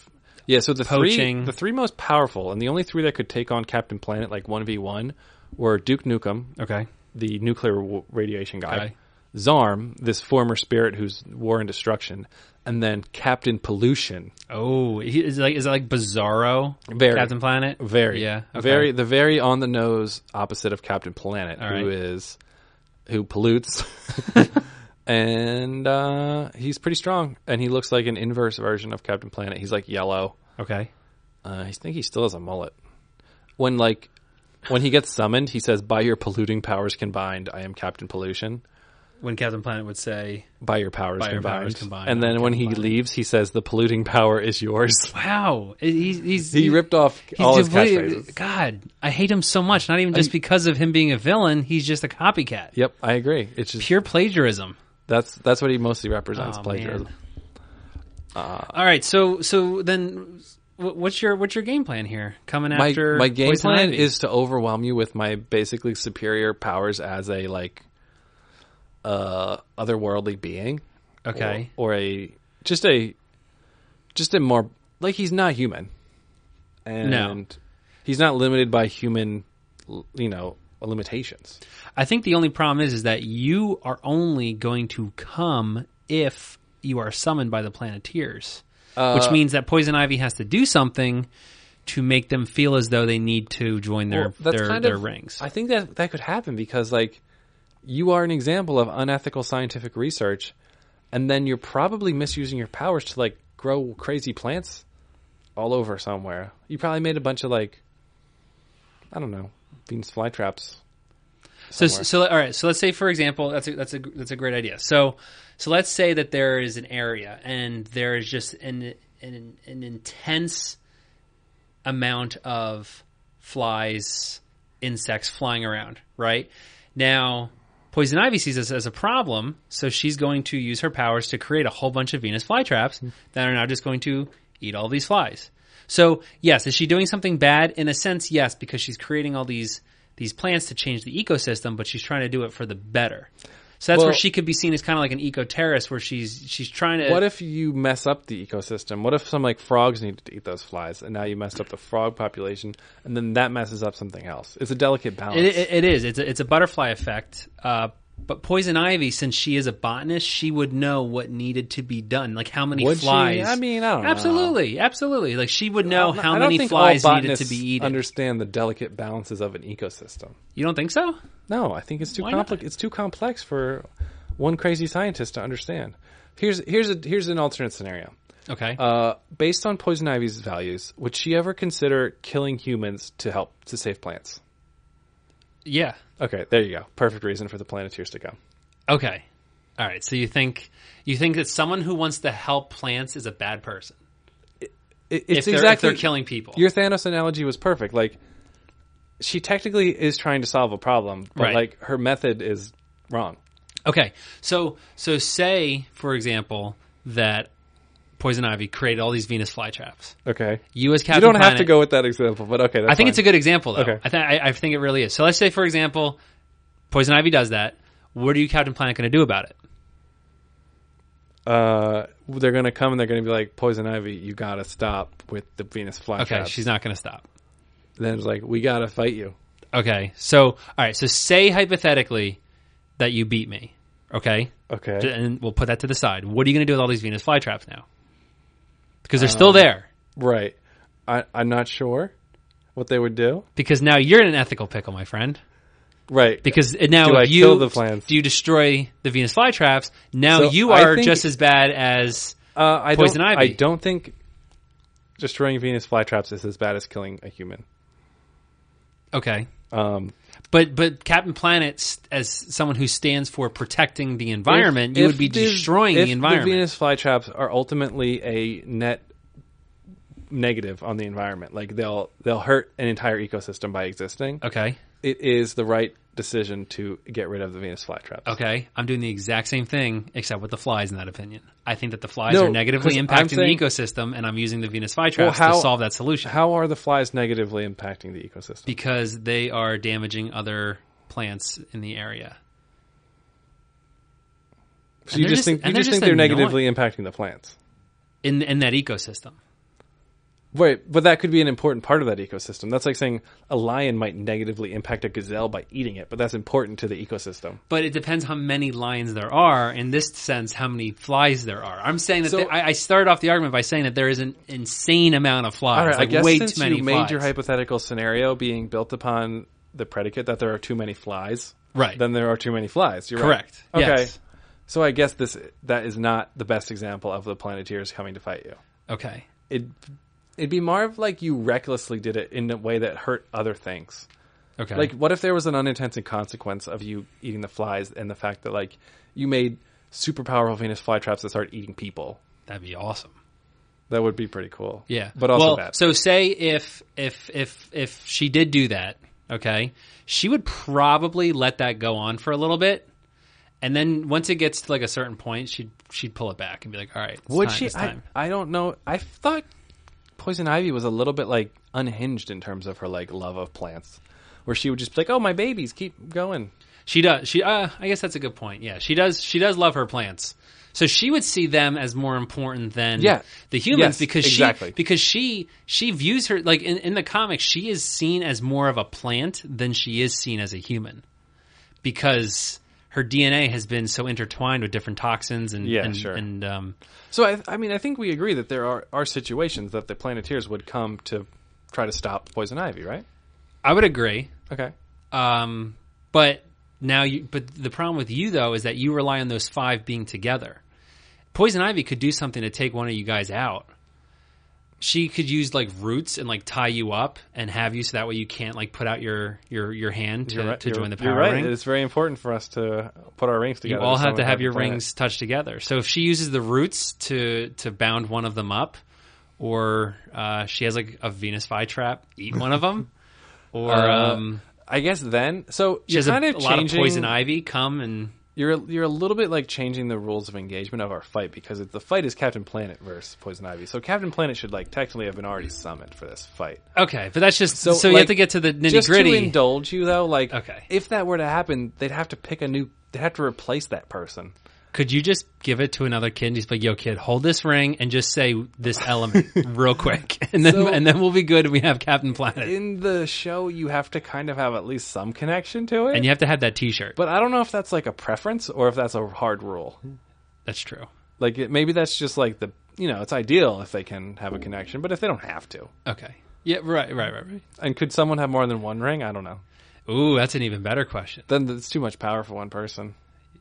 D: Yeah, so the
C: Poaching.
D: three the three most powerful and the only three that could take on Captain Planet like one v one were Duke Nukem,
C: Okay.
D: the nuclear w- radiation guy,
C: Guy.
D: Zarm, this former spirit who's war and destruction, and then Captain Pollution.
C: Oh, he, is it like is it like Bizarro?
D: Very.
C: Captain Planet.
D: Very,
C: Yeah. okay.
D: very, the very on the nose opposite of Captain Planet,
C: All
D: who
C: right.
D: is who pollutes, and uh, he's pretty strong, and he looks like an inverse version of Captain Planet. He's like yellow.
C: Okay.
D: Uh, I think he still has a mullet. When like when he gets summoned, he says, "By your polluting powers combined, I am Captain Pollution."
C: When Captain Planet would say,
D: by your powers,
C: By your
D: combined.
C: powers combined,
D: And then
C: I'm
D: when he
C: combined.
D: leaves, he says, "The polluting power is yours."
C: "Wow, he's, he's
D: He ripped off
C: he's
D: all his
C: devoted-
D: catchphrases.
C: God, I hate him so much. Not even just because of him being a villain. He's just a copycat.
D: Yep, I agree. It's just
C: Pure plagiarism.
D: that's that's what he mostly represents.
C: Oh,
D: plagiarism.
C: man. All right. So so then, wh- what's your what's your game plan here? Coming
D: My
C: after
D: my game
C: Poison
D: plan
C: Ivy?
D: is to overwhelm you with my basically superior powers as a like uh otherworldly being.
C: okay.
D: or, or a just a just a more like he's not human and he's not limited by human l- you know limitations
C: I think the only problem is is that you are only going to come if you are summoned by the Planeteers,
D: Uh,
C: which means that Poison Ivy has to do something to make them feel as though they need to join their
D: Well, that's
C: their,
D: kind
C: their
D: of-
C: rings.
D: i think that that could happen because like you are an example of unethical scientific research and then you're probably misusing your powers to like grow crazy plants all over somewhere you probably made a bunch of like i don't know venus flytraps
C: So,
D: somewhere.
C: so all right. So let's say, for example, that's a, that's a that's a great idea. So, so let's say that there is an area and there is just an an, an intense amount of flies, insects flying around. Right now, Poison Ivy sees this as a problem, so she's going to use her powers to create a whole bunch of Venus flytraps that are now just going to eat all these flies. So yes, is she doing something bad? In a sense, yes, because she's creating all these these plants to change the ecosystem, but she's trying to do it for the better. So that's
D: Well-
C: where she could be seen as kind of like an eco terrorist, where she's she's trying to.
D: What if you mess up the ecosystem? What if some like frogs needed to eat those flies, and now you messed up the frog population, and then that messes up something else? It's a delicate balance.
C: it, it, it is? It's a, it's a butterfly effect. Uh, but poison ivy, since she is a botanist, she would know what needed to be done, like how many
D: Would she?
C: flies.
D: I mean, I don't know.
C: absolutely, absolutely. Like she would
D: I
C: know
D: don't-
C: how
D: I don't
C: many
D: think all
C: flies needed to
D: botanists
C: be eaten.
D: Understand the delicate balances of an ecosystem.
C: you don't think so?
D: No, I think it's too
C: Why not?
D: complex. It's too complex for one crazy scientist to understand. Here's here's a, here's an alternate scenario.
C: Okay.
D: Uh, based on Poison Ivy's values, would she ever consider killing humans to help to save plants?
C: yeah.
D: Okay, there you go. Perfect reason for the Planeteers to come.
C: Okay. All right, so you think you think that someone who wants to help plants is a bad person
D: It-
C: if
D: it's
C: they're, if
D: exactly
C: they're killing people?
D: Your Thanos analogy was perfect. Like she technically is trying to solve a problem, but
C: Right.
D: like her method is wrong.
C: Okay, so so say for example that poison ivy created all these Venus flytraps.
D: Okay.
C: You as
D: You
C: Captain
D: don't have to
C: Planet-
D: go with that example, but okay. That's
C: I think it's a
D: fine.
C: good example though.
D: Okay.
C: I, th- I I think it really is. So let's say for example, poison ivy does that. What are you Captain Planet going to do about it?
D: Uh, they're gonna come and they're gonna be like, "Poison Ivy, you gotta stop with the Venus flytrap."
C: Okay, she's not going to stop.
D: Then it's like, "We gotta fight you."
C: Okay, so all right, so say hypothetically that you beat me. Okay,
D: Okay.
C: and we'll put that to the side. What are you going to do with all these Venus flytraps now? Because they're
D: Uh,
C: still there.
D: Right. I, I'm not sure what they would do.
C: Because now you're in an ethical pickle, my friend.
D: Right.
C: Because now
D: Do I
C: if you
D: kill the plants?
C: do you destroy the Venus flytraps, now
D: So
C: you
D: I
C: are
D: think-
C: just as bad as
D: uh, I
C: Poison
D: don't,
C: Ivy.
D: I don't think destroying Venus flytraps is as bad as killing a human.
C: okay.
D: Um,
C: But but Captain Planet, s- as someone who stands for protecting the environment, you
D: if
C: would be
D: these-
C: destroying
D: if
C: the environment.
D: Venus flytraps are ultimately a net negative on the environment. Like they'll they'll hurt an entire ecosystem by existing.
C: okay,
D: It is the right decision to get rid of the Venus flytraps.
C: okay. I'm doing the exact same thing, except with the flies. In that opinion, I think that the flies
D: No,
C: are negatively
D: 'cause I'm
C: impacting
D: saying-
C: the ecosystem, and I'm using the Venus flytraps
D: Well, how-
C: to solve that solution.
D: How are the flies negatively impacting the ecosystem?
C: because they are damaging other plants in the area.
D: So
C: and
D: you
C: they're
D: just,
C: just-
D: think
C: and
D: you
C: they're
D: just
C: just
D: think they're
C: annoying.
D: negatively impacting the plants.
C: in in that ecosystem.
D: Right, but that could be an important part of that ecosystem. That's like saying a lion might negatively impact a gazelle by eating it, but that's important to the ecosystem.
C: But it depends how many lions there are. In this sense, how many flies there are. I'm saying that
D: So-
C: they- I, I started off the argument by saying that there is an insane amount of flies,
D: All right,
C: like
D: I guess
C: way
D: since
C: too many
D: you made
C: flies.
D: your hypothetical scenario being built upon the predicate that there are too many flies,
C: Right.
D: Then there are too many flies. You're
C: Correct.
D: Right. Okay.
C: Yes.
D: So I guess this that is not the best example of the Planeteers coming to fight you.
C: okay.
D: It it'd be more of like you recklessly did it in a way that hurt other things.
C: Okay.
D: Like, what if there was an unintended consequence of you eating the flies and the fact that like you made super powerful Venus flytraps that start eating people?
C: that'd be awesome.
D: That would be pretty cool.
C: Yeah.
D: but also
C: well,
D: bad.
C: So say if if if if she did do that, okay, she would probably let that go on for a little bit. And then once it gets to like a certain point, she'd she'd pull it back and be like, "All right, it's
D: would
C: time,
D: she?
C: it's
D: I,
C: time.
D: I don't know. I thought Poison Ivy was a little bit like unhinged in terms of her like love of plants, where she would just be like, "Oh, my babies, keep going."
C: She does. She. Uh, I guess that's a good point. Yeah, she does. She does love her plants. So she would see them as more important than
D: Yeah.
C: the humans
D: Yes,
C: because
D: exactly.
C: she because she she views her like in, in the comics she is seen as more of a plant than she is seen as a human because her DNA has been so intertwined with different toxins and
D: Yeah,
C: and,
D: sure.
C: and um,
D: So I, I mean, I think we agree that there are, are situations that the Planeteers would come to try to stop Poison Ivy, right?
C: I would agree.
D: Okay.
C: Um, but now you, but the problem with you though is that you rely on those five being together. Poison Ivy could do something to take one of you guys out. She could use like roots and like tie you up and have you so that way you can't like put out your your your hand to,
D: You're right-
C: to
D: you're-
C: join the
D: you're
C: power
D: right.
C: ring.
D: It's very important for us to put our rings
C: You
D: together.
C: all
D: so
C: have
D: we
C: to have
D: the
C: your
D: planet.
C: rings touch together. So if she uses the roots to to bound one of them up, or uh, she has like a Venus fly trap, eat one of them, or
D: Uh,
C: um,
D: I guess then. So
C: she
D: you're
C: has a,
D: kind of
C: a lot of
D: changing-
C: poison ivy, come and
D: You're you're a little bit like changing the rules of engagement of our fight because it, the fight is Captain Planet versus Poison Ivy. So Captain Planet should like technically have been already summoned for this fight.
C: Okay, but that's just so, you
D: like,
C: have to get to the nitty
D: Just to
C: gritty.
D: indulge you though, like
C: Okay.
D: if that were to happen, they'd have to pick a new. They'd have to replace that person.
C: Could you just give it to another kid and just be like, "Yo, kid, hold this ring and just say this element real quick, and then
D: So-
C: and then we'll be good. and We have Captain Planet,
D: In the show, you have to kind of have at least some connection to it.
C: and you have to have that T-shirt.
D: but I don't know if that's like a preference or if that's a hard rule.
C: that's true.
D: Like it, maybe that's just like the you know it's ideal if they can have a connection, but if they don't have to,
C: Okay. Yeah. Right. Right. Right. Right.
D: and could someone have more than one ring? I don't know.
C: Ooh, that's an even better question.
D: Then it's too much power for one person.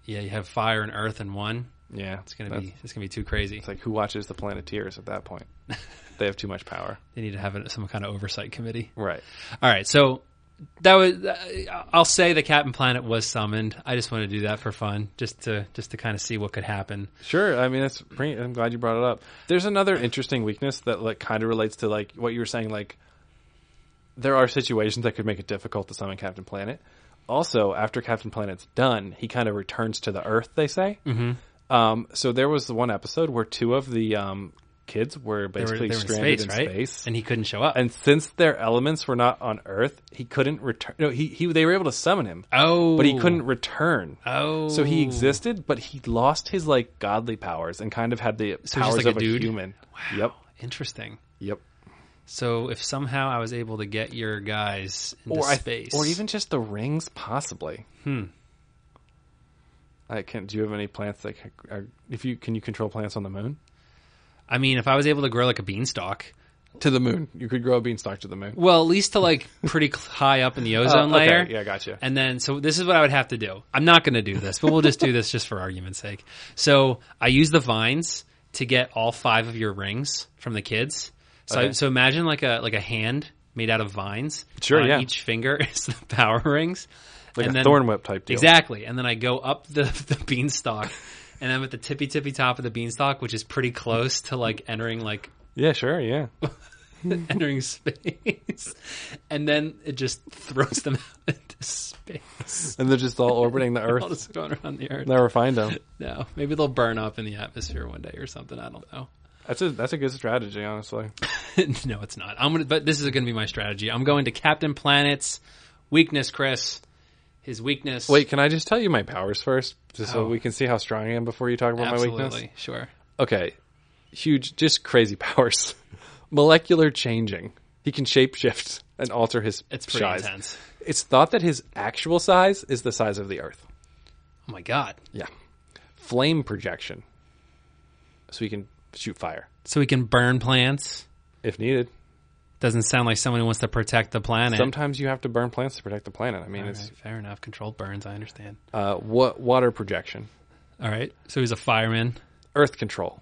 C: Yeah, you have fire and earth in one.
D: Yeah,
C: It's gonna be it's gonna be too crazy.
D: It's like who watches the Planeteers at that point? they have too much power.
C: they need to have some kind of oversight committee.
D: Right.
C: All right. So that was. uh, I'll say the Captain Planet was summoned. I just want to do that for fun, just to just to kind of see what could happen.
D: Sure. I mean, that's. pretty- I'm glad you brought it up. There's another interesting weakness that like kind of relates to like what you were saying. Like, there are situations that could make it difficult to summon Captain Planet. Also, after Captain Planet's done, he kind of returns to the Earth. They say. Mm-hmm. Um, so there was the one episode where two of the um, kids were
C: They were,
D: basically
C: they were in
D: stranded
C: space, right?
D: space.
C: And he couldn't show up.
D: and since their elements were not on Earth, he couldn't return. No, he, he they were able to summon him.
C: Oh.
D: but he couldn't return.
C: Oh.
D: so he existed, but he lost his like godly powers and kind of had the
C: So he's
D: powers
C: just like
D: of
C: a
D: a,
C: dude?
D: human. Yep,
C: Interesting.
D: yep.
C: So if somehow I was able to get your guys into
D: or I-
C: space,
D: or even just the rings, possibly. Hmm. I can. Do you have any plants that? c- Are, if you can, you control plants on the moon.
C: I mean, if I was able to grow like a beanstalk,
D: To the moon, you could grow a beanstalk to the moon.
C: well, at least to like pretty cl- high up in the ozone
D: Oh, okay.
C: layer.
D: Yeah, gotcha.
C: And then, so this is what I would have to do. I'm not going to do this, but we'll just do this just for argument's sake. So I use the vines to get all five of your rings from the kids. So, I,
D: Okay.
C: so imagine like a like a hand made out of vines.
D: Sure,
C: On
D: yeah.
C: Each finger is the power rings,
D: Like
C: and
D: a
C: then-
D: thorn whip type deal.
C: Exactly. And then I go up the, the beanstalk and I'm at the tippy tippy top of the beanstalk, which is pretty close to like entering like
D: Yeah, sure. Yeah.
C: entering space. And then it just throws them out into space.
D: And they're just all orbiting the
C: All
D: Earth.
C: just going around the earth.
D: Never find them.
C: No. Maybe they'll burn up in the atmosphere one day or something. I don't know.
D: That's a that's a good strategy, honestly.
C: no, it's not. I'm gonna but this is gonna be my strategy. I'm going to Captain Planet's weakness, Chris. His weakness.
D: Wait, can I just tell you my powers first, just so
C: Oh.
D: we can see how strong I am before you talk about my weakness?
C: absolutely. Sure.
D: Okay, huge, just crazy powers. Molecular changing. He can shapeshift and alter his
C: It's pretty
D: size.
C: intense.
D: It's thought that his actual size is the size of the Earth.
C: Oh my god.
D: Yeah. Flame projection. So he can shoot fire
C: So we can burn plants.
D: if needed.
C: Doesn't sound like someone who wants to protect the planet.
D: Sometimes you have to burn plants to protect the planet. I mean,
C: All
D: it's
C: right, fair enough. Controlled burns, I understand.
D: uh, wa- water projection,
C: All right. So he's a fireman.
D: Earth control,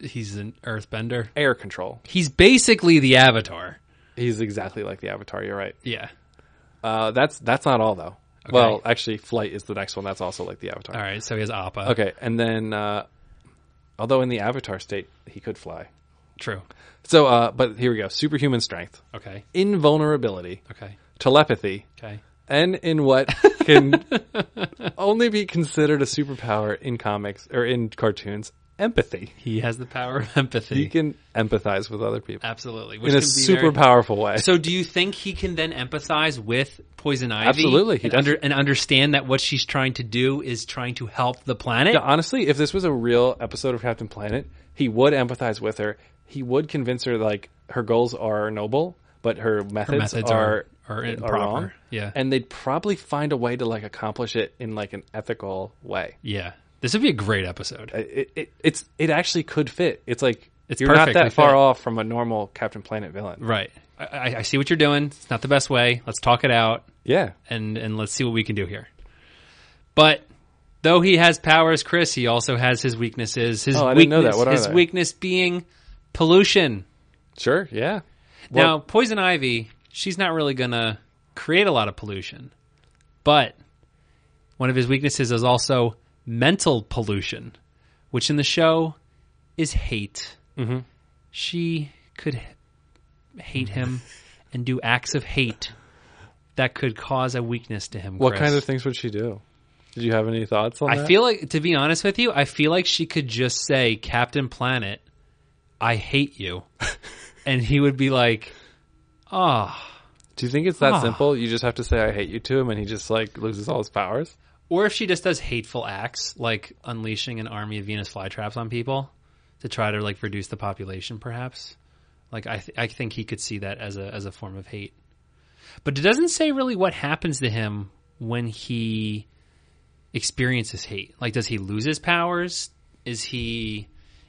C: He's an earthbender.
D: air control.
C: He's basically the Avatar.
D: He's exactly like the Avatar. You're right.
C: Yeah.
D: Uh, that's that's not all though. Well, actually, flight is the next one. That's also like the Avatar.
C: All right. So he has Appa.
D: Okay, and then uh, although in the Avatar state he could fly,
C: True.
D: so uh, but here we go: superhuman strength,
C: Okay.
D: invulnerability,
C: Okay.
D: telepathy,
C: Okay.
D: and in what can only be considered a superpower in comics or in cartoons, empathy.
C: He has the power of empathy.
D: He can empathize with other people
C: Absolutely. Which
D: in a
C: can be
D: super
C: very-
D: powerful way.
C: So do you think he can then empathize with Poison Ivy?
D: Absolutely, he
C: And,
D: does.
C: under, and understand that what she's trying to do is trying to help the planet?
D: Yeah, honestly, if this was a real episode of Captain Planet, he would empathize with her. He would convince her like her goals are noble, but her methods,
C: methods
D: are
C: are- are improper.
D: wrong.
C: Yeah.
D: and they'd probably find a way to like accomplish it in like an ethical way. Uh,
C: Yeah. This would be a great episode.
D: It, it it's it actually could fit. It's like
C: It's
D: you're not
C: perfectly
D: that far
C: fit.
D: off from a normal Captain Planet villain.
C: Right. I, I- I see what you're doing. It's not the best way. Let's talk it out
D: Yeah,
C: and, and let's see what we can do here. But though he has powers, Chris, he also has his weaknesses. His
D: Oh, I
C: weakness,
D: didn't know that. What are
C: his
D: they?
C: weakness being pollution.
D: sure, yeah.
C: now, Poison Ivy, she's not really going to create a lot of pollution. But one of his weaknesses is also mental pollution, which in the show is hate. Mm-hmm. She could h- hate him and do acts of hate that could cause a weakness to him.
D: What
C: Chris.
D: kind of things would she do? Did you have any thoughts on that?
C: I feel like, to be honest with you, I feel like she could just say, Captain Planet, I hate you. and he would be like, ah.
D: Do you think it's that
C: Ah.
D: simple? You just have to say "I hate you" to him, and he just like loses all his powers.
C: or if she just does hateful acts like unleashing an army of Venus flytraps on people to try to like reduce the population, perhaps. Like I, th- I think he could see that as a as a form of hate, but it doesn't say really what happens to him when he experiences hate. Like, does he lose his powers? Is he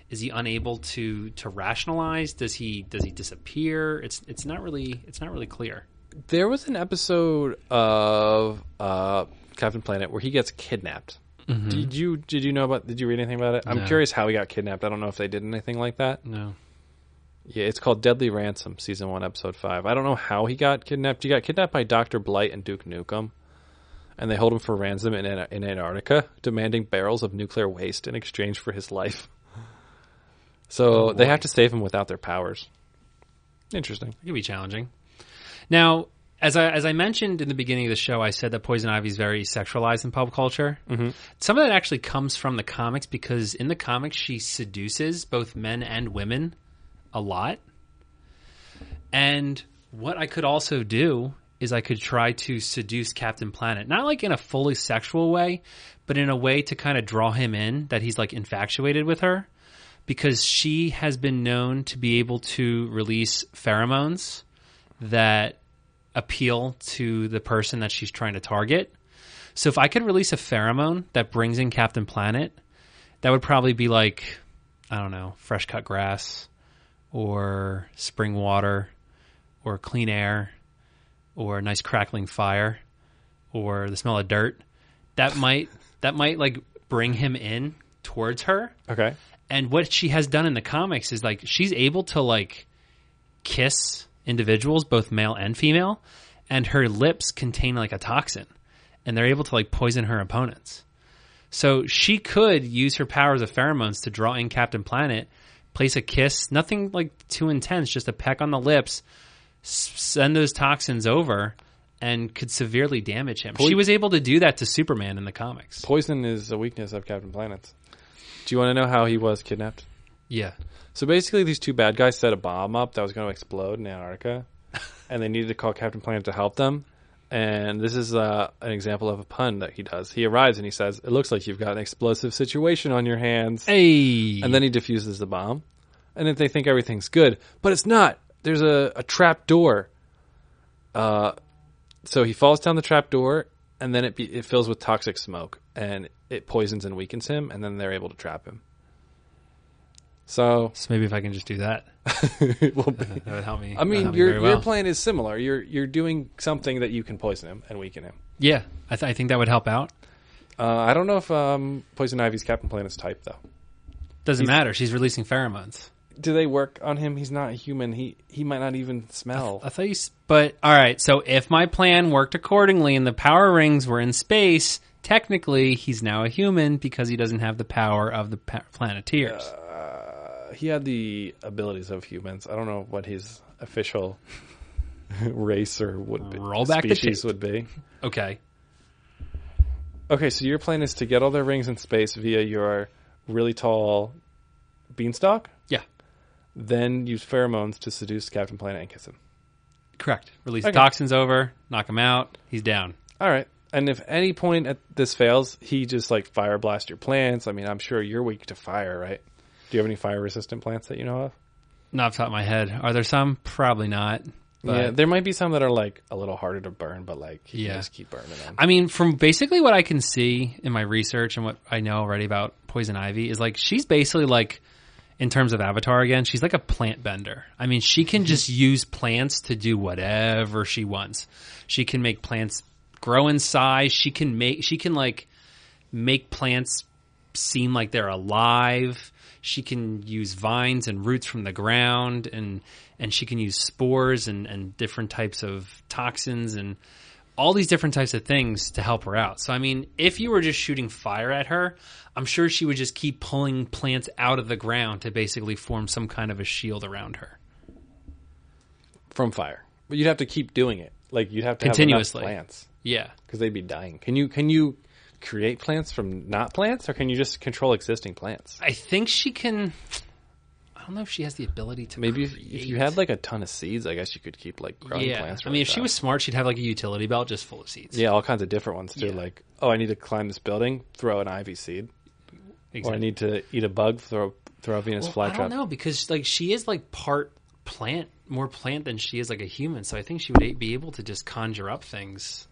C: is he unable to to rationalize? Does he does he disappear? It's it's not really it's not really clear.
D: There was an episode of uh, Captain Planet where he gets kidnapped. Did you did you know about? Did you read anything about it? I'm
C: No.
D: curious how he got kidnapped. I don't know if they did anything like that.
C: No,
D: Yeah, it's called Deadly Ransom, season one, episode five. I don't know how he got kidnapped. He got kidnapped by Doctor Blight and Duke Nukem, and they hold him for ransom in, An- in Antarctica, demanding barrels of nuclear waste in exchange for his life. So they have to save him without their powers. Interesting.
C: It could be challenging. Now, as I as I mentioned in the beginning of the show, I said that poison ivy is very sexualized in pop culture. Mm-hmm. Some of that actually comes from the comics because in the comics she seduces both men and women a lot. And what I could also do is I could try to seduce Captain Planet, not like in a fully sexual way, but in a way to kind of draw him in that he's like infatuated with her because she has been known to be able to release pheromones that appeal to the person that she's trying to target. So if I could release a pheromone that brings in Captain Planet, that would probably be like I don't know, fresh cut grass or spring water or clean air or a nice crackling fire or the smell of dirt. That might that might like bring him in towards her
D: Okay.
C: and what she has done in the comics is like she's able to like kiss individuals both male and female and her lips contain like a toxin and they're able to like poison her opponents so she could use her powers of pheromones to draw in captain planet place a kiss nothing like too intense just a peck on the lips s- send those toxins over and could severely damage him she was able to do that to superman in the comics
D: Poison is a weakness of Captain Planet's. Do you want to know how he was kidnapped?
C: yeah
D: So basically, these two bad guys set a bomb up that was going to explode in Antarctica, and they needed to call Captain Planet to help them. And this is uh, an example of a pun that he does. He arrives and he says, "It looks like you've got an explosive situation on your hands."
C: hey
D: And then he defuses the bomb, and then they think everything's good, but it's not. There's a, a trap door. Uh, so he falls down the trap door, and then it be, it fills with toxic smoke, and it poisons and weakens him, and then they're able to trap him. So
C: so maybe if i can just do that
D: we'll be,
C: That would help me. that
D: I
C: would
D: mean,
C: help me
D: your
C: very
D: your
C: well.
D: plan is similar. You're you're doing something that you can poison him and weaken him.
C: Yeah, I, th- I think that would help out.
D: Uh, I don't know if um, poison ivy's Captain Planet's type though.
C: Doesn't matter. She's releasing pheromones.
D: Do they work on him? He's not a human. He he might not even smell.
C: I thought you. s- But all right. So if my plan worked accordingly and the power rings were in space, technically he's now a human because he doesn't have the power of the pa- planeteers.
D: he had the abilities of humans. I don't know what his official race or would be,
C: Roll back the
D: species
C: tape.
D: would be.
C: okay.
D: Okay, so your plan is to get all the rings in space via your really tall beanstalk,
C: Yeah.
D: then use pheromones to seduce Captain Planet and kiss him.
C: Correct. Release
D: Okay.
C: toxins over. Knock him out. He's down.
D: All right. And if any point at this fails, he just like fire blast your plants. I mean, I'm sure you're weak to fire, right? Do you have any fire resistant plants that you know of?
C: Not off the top of my head. Are there some? Probably not. But
D: yeah, there might be some that are like a little harder to burn, but like you
C: Yeah.
D: can just keep burning them.
C: I mean, from basically what I can see in my research and what I know already about Poison Ivy is like she's basically like, in terms of Avatar again, she's like a plant bender. I mean, she can just use plants to do whatever she wants. She can make plants grow in size. She can make she can like make plants seem like they're alive. She can use vines and roots from the ground and and she can use spores and, and different types of toxins and all these different types of things to help her out. So I mean, if you were just shooting fire at her, I'm sure she would just keep pulling plants out of the ground to basically form some kind of a shield around her.
D: from fire. But you'd have to keep doing it. Like you'd have to
C: Continuously.
D: have enough plants
C: Yeah.
D: because they'd be dying. Can you can you create plants from not plants, or can you just control existing plants?
C: I think she can I don't know if she has the ability to
D: Maybe if, if you
C: create.
D: had like a ton of seeds, I guess you could keep like growing plants.
C: I
D: really
C: mean, if she
D: fast.
C: was smart, she'd have like a utility belt just full of seeds.
D: yeah, all kinds of different ones too. Like oh, I need to climb this building, throw an ivy seed, or I
C: Exactly.
D: need to eat a bug, throw throw a Venus
C: I don't
D: flytrap.
C: know because like she is like part plant, more plant than she is like a human. So I think she would a- be able to just conjure up things.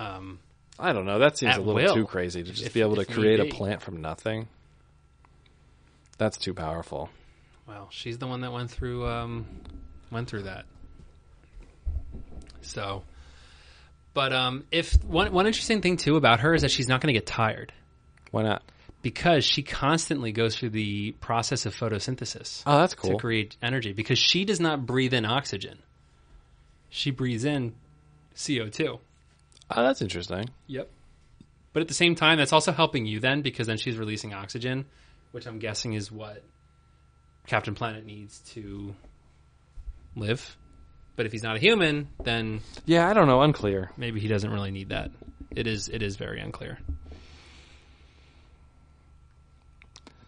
C: Um,
D: I don't know. That seems
C: At
D: a little
C: will,
D: too crazy to
C: if-
D: just
C: if-
D: be able to
C: if need
D: create a
C: be.
D: plant from nothing. That's too powerful.
C: well, she's the one that went through um, went through that. So, but um, if one one interesting thing too about her is that she's not going to get tired.
D: Why not?
C: because she constantly goes through the process of photosynthesis
D: Oh, that's cool.
C: to create energy because she does not breathe in oxygen. She breathes in CO2.
D: Oh, that's interesting.
C: Yep. But at the same time, that's also helping you then because then she's releasing oxygen, which I'm guessing is what Captain Planet needs to live. But if he's not a human, then
D: Yeah, I don't know. Unclear.
C: maybe he doesn't really need that. It is it is very unclear.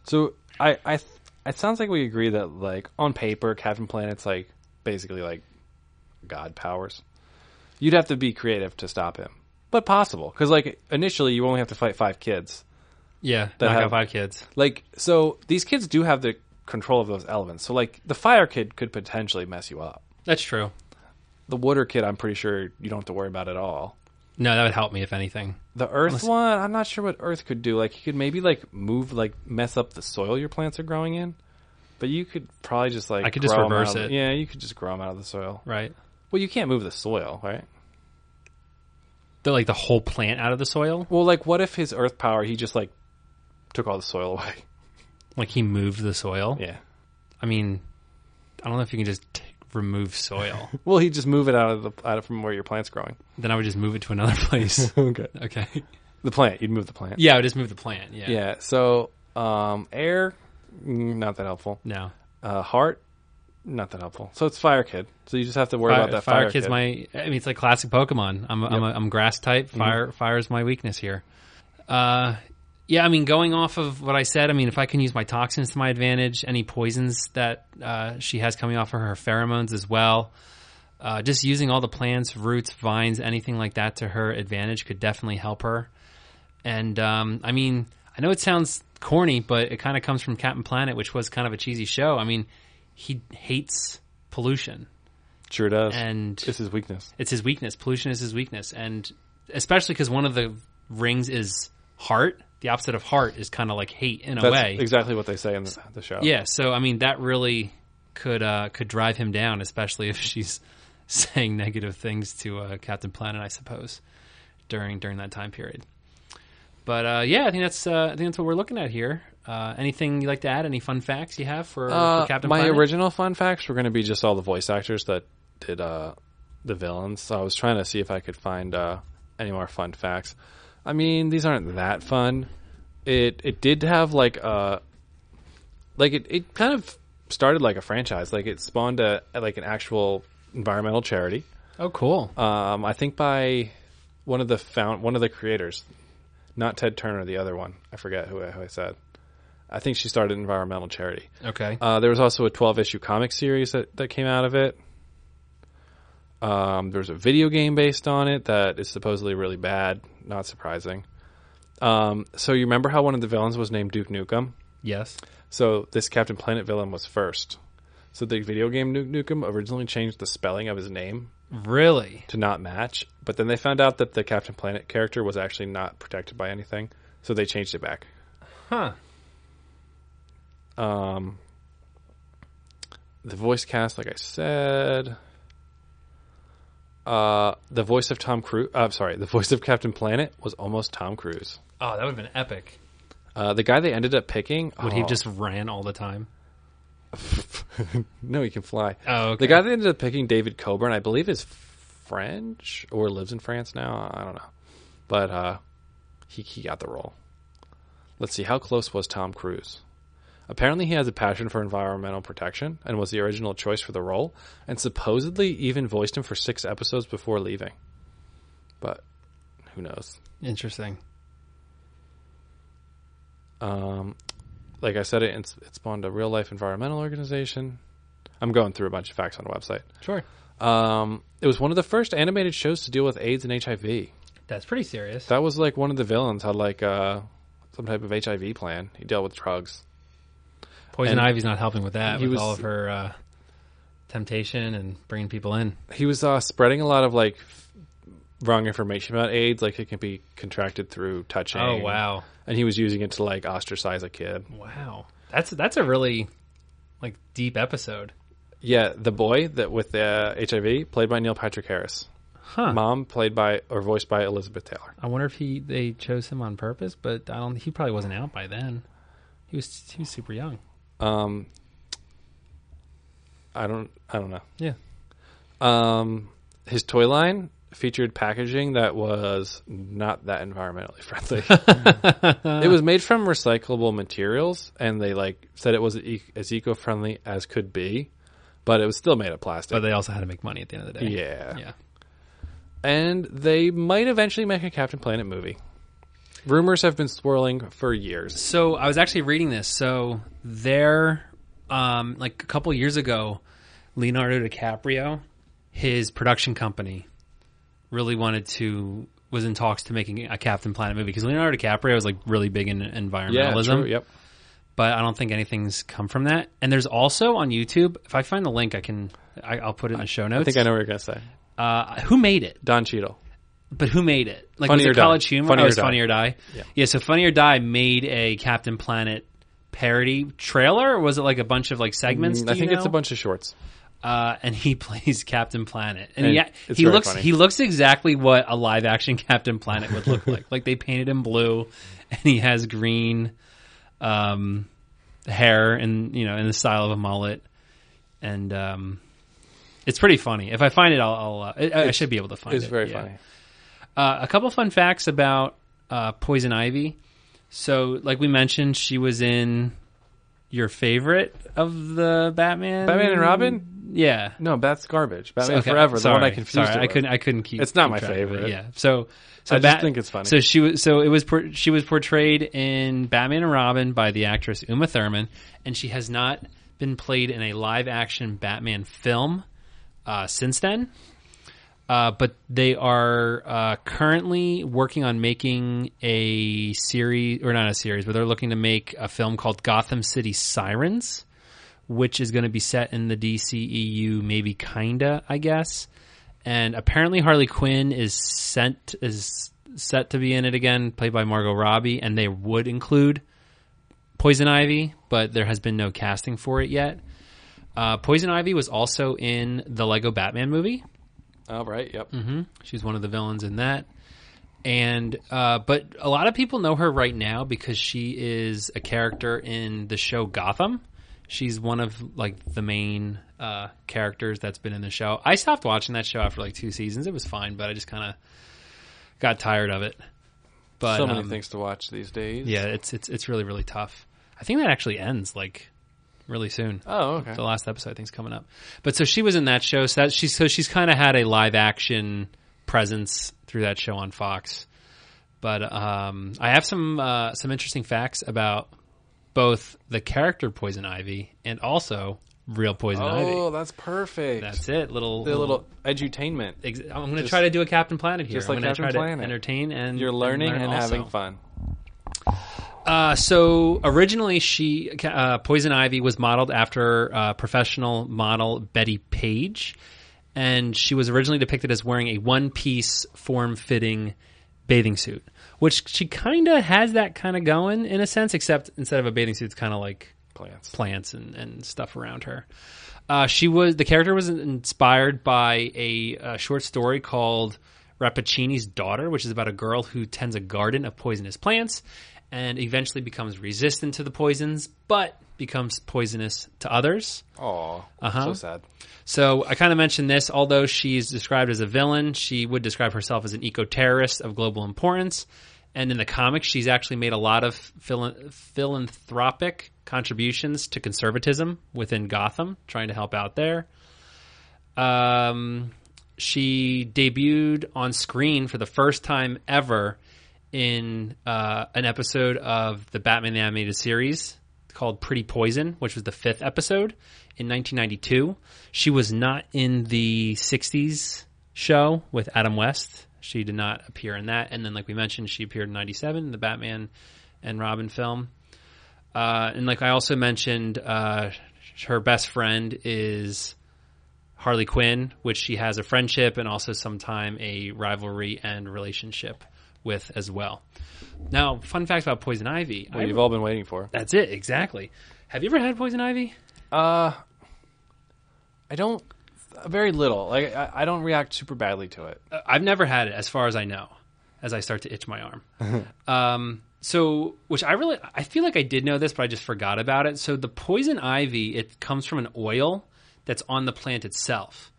D: So I, I, th- it sounds like we agree that like on paper, Captain Planet's like basically like god powers. You'd have to be creative to stop him, but possible because like initially you only have to fight five kids.
C: Yeah,
D: That
C: knock
D: have-
C: out five kids.
D: Like so, these kids do have the control of those elements. So like the fire kid could potentially mess you up.
C: That's true.
D: The water kid, I'm pretty sure you don't have to worry about at all.
C: No, that would help me if anything.
D: The earth one, I'm not sure what earth could do. Like you could maybe like move like mess up the soil your plants are growing in. But you could probably just like
C: I could just
D: grow 'em out
C: reverse
D: of the-
C: it.
D: yeah, you could just grow them out of the soil.
C: Right.
D: Well, you can't move the soil, right?
C: They're like the whole plant out of the soil.
D: Well, like what if his earth power he just like took all the soil away?
C: Like he moved the soil.
D: Yeah.
C: I mean, I don't know if you can just t- remove soil.
D: Well, he just move it out of the out of from where your plant's growing.
C: then I would just move it to another place.
D: Okay.
C: okay.
D: The plant, you'd move the plant.
C: Yeah, I would just move the plant. Yeah.
D: Yeah. So, um air mm, not that helpful.
C: No.
D: Uh heart not that helpful. So it's fire kid. So you just have to worry
C: Fire,
D: about that
C: fire
D: fire,
C: kid's
D: kid.
C: my. I mean, it's like classic Pokemon. I'm I'm, a, I'm grass type.
D: Mm-hmm.
C: Fire fire's my weakness here. Uh, yeah. I mean, going off of what I said, I mean, if I can use my toxins to my advantage, any poisons that uh, she has coming off of her pheromones as well. Uh, just using all the plants, roots, vines, anything like that to her advantage could definitely help her. And um, I mean, I know it sounds corny, but it kind of comes from Captain Planet, which was kind of a cheesy show. I mean, he hates pollution
D: sure does.
C: and
D: it's his weakness.
C: it's his weakness. Pollution is his weakness, and especially because one of the rings is heart. The opposite of heart is kind of like hate in a
D: That's
C: way.
D: exactly what they say in the, the show.
C: yeah. So I mean, that really could uh, could drive him down, especially if she's saying negative things to uh, Captain Planet, I suppose, during during that time period. But uh, yeah, I think that's uh, I think that's what we're looking at here. Uh, anything you'd like to add? Any fun facts you have for,
D: Uh,
C: for Captain
D: my
C: Planet?
D: original fun facts were going to be just all the voice actors that did uh, the villains. So I was trying to see if I could find uh, any more fun facts. I mean, these aren't that fun. It it did have like uh like it, it kind of started like a franchise. Like it spawned a like an actual environmental charity.
C: oh, cool.
D: Um, I think by one of the found one of the creators, not Ted Turner, the other one. I forget who, I- who I said. I think she started an environmental charity.
C: okay.
D: Uh, there was also a 12 issue comic series that, that came out of it. Um, there's a video game based on it that is supposedly really bad. Not surprising. Um, so you remember how one of the villains was named Duke Nukem?
C: yes.
D: So this Captain Planet villain was first. So the video game Duke Nukem originally changed the spelling of his name
C: Really.
D: to not match, but then they found out that the Captain Planet character was actually not protected by anything, so they changed it back.
C: Huh.
D: Um, the voice cast, like I said, uh, the voice of Tom Cruise. I'm sorry, the voice of Captain Planet was almost Tom Cruise.
C: Oh, that would have been epic.
D: Uh, the guy they ended up picking,
C: Would
D: oh,
C: he just ran all the time?
D: no, he can fly.
C: Oh, okay.
D: The guy they ended up picking, David Coburn, I believe is French or lives in France now. I don't know, but uh, he he got the role. Let's see, how close was Tom Cruise? Apparently, he has a passion for environmental protection and was the original choice for the role, and supposedly even voiced him for six episodes before leaving. But who knows?
C: Interesting.
D: Um, like I said, it, it spawned a real life environmental organization. I'm going through a bunch of facts on the website.
C: Sure.
D: Um, it was one of the first animated shows to deal with AIDS and HIV.
C: That's pretty serious.
D: That was like one of the villains had like uh, some type of HIV plan. He dealt with drugs.
C: Poison
D: and-
C: Ivy's not helping with that.
D: He
C: With
D: was-
C: all of her uh, temptation and bringing people in.
D: He was uh, spreading a lot of like f- wrong information about AIDS. Like it can be contracted through touching.
C: Oh wow,
D: And he was using it to like ostracize a kid.
C: wow. That's that's a really like deep episode.
D: Yeah, the boy that with the HIV played by Neil Patrick Harris. Mom, played by or voiced by Elizabeth Taylor.
C: I wonder if he they chose him on purpose, but I don't. He probably wasn't out by then. He was he was super young.
D: I don't. I don't know.
C: Yeah.
D: Um, his toy line featured packaging that was not that environmentally friendly. it was made from recyclable materials, and they like said it was e- as eco friendly as could be, but it was still made of plastic.
C: But they also had to make money at the end of the day.
D: Yeah.
C: Yeah.
D: and they might eventually make a Captain Planet movie. Rumors have been swirling for years.
C: So I was actually reading this. So there, um, like a couple years ago, Leonardo DiCaprio, his production company, really wanted to was in talks to making a Captain Planet movie because Leonardo DiCaprio was like really big in environmentalism.
D: true, Yep.
C: But I don't think anything's come from that. And there's also on YouTube. If I find the link, I can I, I'll put it in the show notes.
D: I think I know what you're gonna say.
C: uh, who made it.
D: Don Cheadle.
C: But who made it? Like
D: Funny
C: was
D: or
C: it
D: Die.
C: College Humor?
D: Funny
C: oh,
D: or
C: it's
D: Die.
C: Funny or Die.
D: Yeah.
C: so Funny or Die made a Captain Planet parody trailer. Or was it like a bunch of like segments?
D: Mm,
C: do
D: I
C: you
D: think it's
C: know?
D: a bunch of shorts.
C: Uh, and he plays Captain Planet, and,
D: And
C: yeah,
D: it's
C: he
D: very
C: looks
D: funny.
C: he looks exactly what a live action Captain Planet would look like. like they painted him blue, and he has green um, hair, and you know, in the style of a mullet, and um, it's pretty funny. If I find it, I'll, I'll uh, I, I should be able to find it.
D: It's very
C: yeah.
D: funny.
C: Uh, a couple fun facts about uh, Poison Ivy. So, like we mentioned, she was in your favorite of the Batman,
D: Batman and Robin?
C: Yeah,
D: No, that's garbage. Batman
C: Okay,
D: Forever.
C: Sorry.
D: The one I confused.
C: Sorry,
D: it
C: I
D: with.
C: couldn't. I couldn't keep.
D: It's not
C: keep
D: my
C: track of it,
D: favorite.
C: Yeah. So, so
D: I just think it's funny.
C: So she was. So it was. por- She was portrayed in Batman and Robin by the actress Uma Thurman, and she has not been played in a live action Batman film uh, since then. Uh, but they are uh, currently working on making a series, or not a series, but they're looking to make a film called Gotham City Sirens which is going to be set in the DCEU, maybe kinda, I guess. And apparently Harley Quinn is sent is set to be in it again, played by Margot Robbie, and they would include Poison Ivy, but there has been no casting for it yet. Uh, Poison Ivy was also in the Lego Batman movie.
D: All right. Yep.
C: She's one of the villains in that. And uh, but a lot of people know her right now because she is a character in the show Gotham. She's one of like the main uh, characters that's been in the show. I stopped watching that show after like two seasons. It was fine, but I just kind of got tired of it. But
D: so many
C: um,
D: things to watch these days.
C: yeah, it's it's it's really really tough. I think that actually ends like really soon.
D: Oh, okay.
C: The last episode I think's coming up. But so she was in that show. So that she's so she's kind of had a live action presence through that show on Fox. But um, I have some uh, some interesting facts about both the character Poison Ivy and also real Poison
D: Oh,
C: Ivy.
D: that's perfect.
C: That's it. Little
D: the little edutainment.
C: ex- I'm going to
D: just-
C: try to do a Captain Planet here.
D: just
C: I'm
D: like
C: gonna
D: Captain
C: try
D: Planet.
C: to entertain and
D: You're learning
C: learn
D: and,
C: also.
D: having fun.
C: Uh, so originally, she uh, Poison Ivy was modeled after uh, professional model Betty Page, and she was originally depicted as wearing a one-piece, form-fitting bathing suit, which she kind of has that kind of going in a sense, except instead of a bathing suit, it's kind of like
D: Plants.
C: plants and, and stuff around her. Uh, she was the character was inspired by a, uh short story called Rappaccini's Daughter, which is about a girl who tends a garden of poisonous plants and eventually becomes resistant to the poisons, but becomes poisonous to others.
D: Oh,
C: Uh-huh.
D: so sad.
C: So I kind of mentioned this, although she's described as a villain, she would describe herself as an eco terrorist of global importance. And in the comics, she's actually made a lot of phil- philanthropic contributions to conservatism within Gotham, trying to help out there. Um, she debuted on screen for the first time ever in uh, an episode of the Batman the Animated Series called Pretty Poison, which was the fifth episode in 1992. She was not in the 60s show with Adam West. She did not appear in that. And then, like we mentioned, she appeared in 97, the Batman and Robin film. Uh, and like I also mentioned, uh, her best friend is Harley Quinn, which she has a friendship and also sometime a rivalry and relationship with as well. Now, fun fact about Poison Ivy.
D: What
C: I-
D: you've all been waiting for.
C: that's it, exactly. Have you ever had Poison Ivy?
D: Uh, I don't. very little. Like I, I don't react super badly to it.
C: I've never had it, as far as I know, as I start to itch my arm. um, so, which I really, I feel like I did know this, but I just forgot about it. So, the poison ivy, it comes from an oil that's on the plant itself,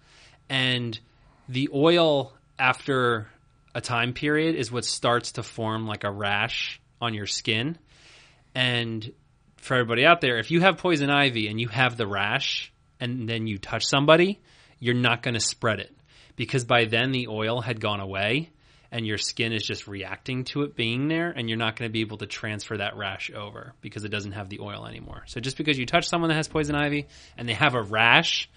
C: and the oil after a time period is what starts to form like a rash on your skin. And for everybody out there, if you have poison ivy and you have the rash and then you touch somebody, you're not going to spread it because by then the oil had gone away and your skin is just reacting to it being there and you're not going to be able to transfer that rash over because it doesn't have the oil anymore. So just because you touch someone that has poison ivy and they have a rash,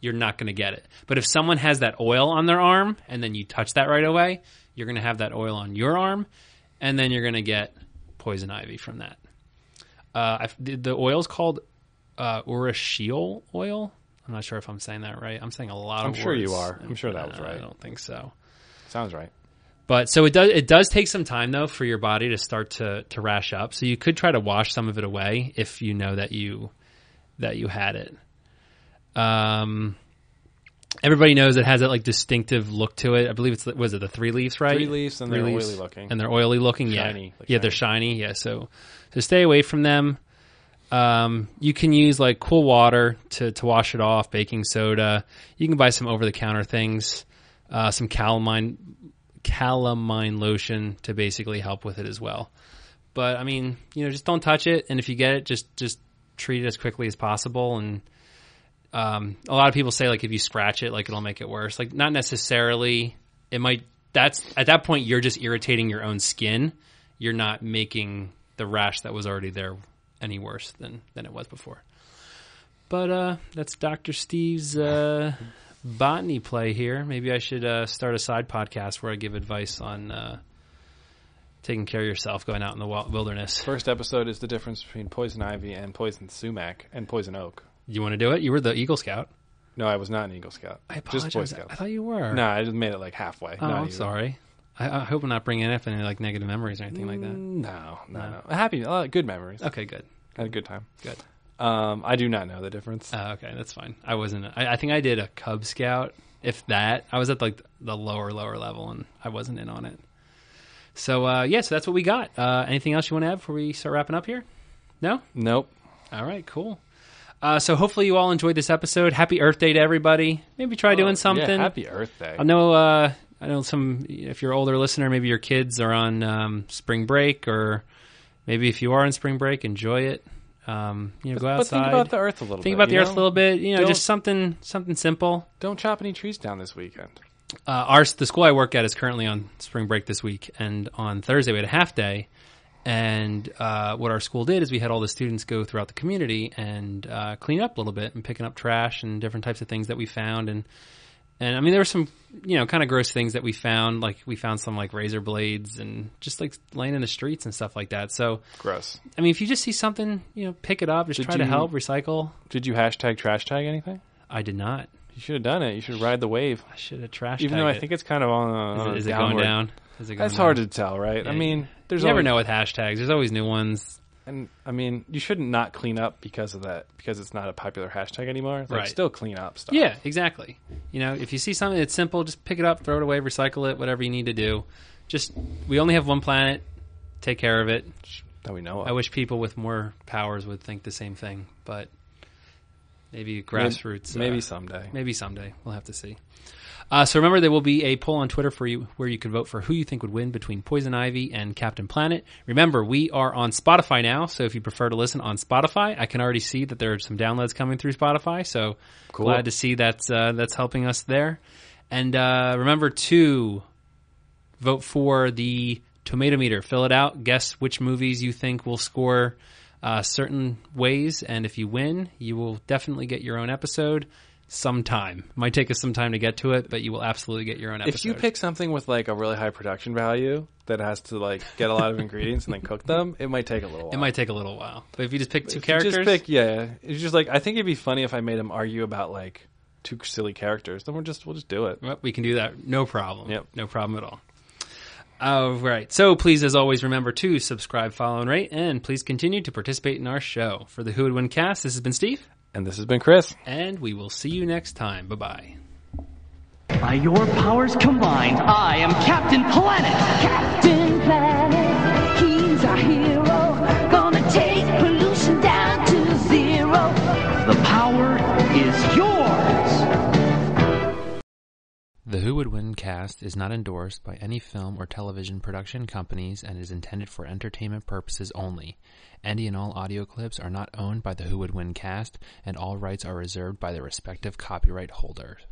C: you're not going to get it. But if someone has that oil on their arm and then you touch that right away, you're going to have that oil on your arm and then you're going to get poison ivy from that. Uh, I've, the, the oil's called uh, urushiol oil. I'm not sure if I'm saying that right. I'm saying a lot
D: I'm
C: of
D: sure you
C: words.
D: are. I'm sure that was
C: No, I
D: right.
C: don't think so.
D: Sounds right.
C: But so it does it does take some time though for your body to start to to rash up. So you could try to wash some of it away if you know that you that you had it. Um everybody knows it has that like distinctive look to it. I believe it's the- was it the three leaves, right?
D: Three leaves and they're oily looking.
C: And they're oily looking,
D: Shiny,
C: yeah.
D: like
C: yeah, they're shiny, yeah. So so stay away from them. Um, you can use like cool water to, to wash it off, baking soda. You can buy some over the counter things, uh, some calamine calamine lotion to basically help with it as well. But I mean, you know, just don't touch it, and if you get it, just just treat it as quickly as possible. And um, a lot of people say like if you scratch it, like it'll make it worse. Like not necessarily. It might. That's at that point you're just irritating your own skin. You're not making the rash that was already there any worse than than it was before. But uh, that's Doctor Steve's uh, botany play here. Maybe I should uh, start a side podcast where I give advice on uh, taking care of yourself, going out in the wil- wilderness.
D: First episode is the difference between poison ivy and poison sumac and poison oak.
C: You want to do it? You were the Eagle Scout.
D: No, I was not an Eagle Scout.
C: I
D: Just Boy
C: apologize. I
D: Scout.
C: thought you were.
D: No, I just made it like halfway.
C: oh,
D: not
C: I'm
D: even.
C: sorry. I, I hope I'm not bringing up any like negative memories or anything like
D: Mm.
C: that.
D: No, no, no. Happy, uh, good memories.
C: Okay, good,
D: Had a good time.
C: good.
D: Um, I do not know the difference.
C: Uh, okay, that's fine. I wasn't. I, I think I did a Cub Scout, if that. I was at like the lower, lower level, and I wasn't in on it. So uh, yeah, so that's what we got. Uh, anything else you want to add before we start wrapping up here? No.
D: nope.
C: All right, cool. Uh, so hopefully you all enjoyed this episode. Happy Earth Day to everybody. Maybe try doing something.
D: Oh, Yeah, happy Earth Day.
C: I know. Uh, I know some. If you're an older listener, maybe your kids are on um, spring break, or maybe if you are on spring break, enjoy it. Um, you know, go
D: but
C: outside.
D: think about the Earth a little.
C: Think
D: bit,
C: about the
D: you
C: earth a
D: know?
C: little bit. You know,
D: Don't-
C: just something something simple.
D: Don't chop any trees down this weekend.
C: Uh, our the school I work at is currently on spring break this week, and on Thursday we had a half day. And uh, what our school did is we had all the students go throughout the community and uh, clean up a little bit and picking up trash and different types of things that we found and and I mean there were some you know kind of gross things that we found like we found some like razor blades and just like laying in the streets and stuff like that. So
D: Gross.
C: I mean if you just see something you know pick it up just
D: Did
C: try to
D: you-
C: help recycle.
D: Did you hashtag trash tag anything?
C: I did not.
D: You should have done it. You should ride the wave.
C: I should have trashed.
D: Even though I think it's kind of on a,
C: is
D: on
C: it,
D: a
C: is it
D: downward.
C: going down? Is it going
D: That's hard
C: down?
D: to tell, right? I
C: Yeah,
D: mean,
C: you-
D: there's
C: you never
D: always-
C: know with hashtags. There's always new ones.
D: And I mean, you shouldn't not clean up because of that because it's not a popular hashtag anymore. Like,
C: Right.
D: Still clean up stuff.
C: Yeah, exactly. You know, if you see something that's simple, just pick it up, throw it away, recycle it, whatever you need to do. Just we only have one planet. Take care of it.
D: That we know. Of.
C: I wish people with more powers would think the same thing, but maybe grassroots. uh,
D: Maybe someday.
C: Maybe someday. We'll have to see. Uh, so remember, there will be a poll on Twitter for you where you can vote for who you think would win between Poison Ivy and Captain Planet. Remember, we are on Spotify now, so if you prefer to listen on Spotify, I can already see that there are some downloads coming through Spotify. So glad to see that's uh, that's helping us there. And uh, remember to vote for the tomato meter. Fill it out. Guess which movies you think will score uh, certain ways. And if you win, you will definitely get your own episode sometime. Might take us some time to get to it, but you will absolutely get your own episode.
D: If you pick something with like a really high production value that has to like get a lot of ingredients and then cook them, it might take a little. While.
C: it might take a little while. But if you just pick two
D: If you
C: characters,
D: Just pick, yeah. It's just like I think it'd be funny if I made him argue about like two silly characters. Then we're just we'll just do it.
C: Well, we can do that. No problem.
D: Yep.
C: No problem at all. All right. So please, as always, remember to subscribe, follow, and rate, and please continue to participate in our show. For the Who Would Win cast, this has been Steve,
D: And this has been Chris.
C: and we will see you next time. Bye bye.
B: By your powers combined, I am Captain Planet.
E: Captain Planet, he's our hero. Gonna take pollution down to zero.
B: The power is yours.
C: The Who Would Win cast is not endorsed by any film or television production companies and is intended for entertainment purposes only. Any and all audio clips are not owned by the Who Would Win cast, and all rights are reserved by their respective copyright holders.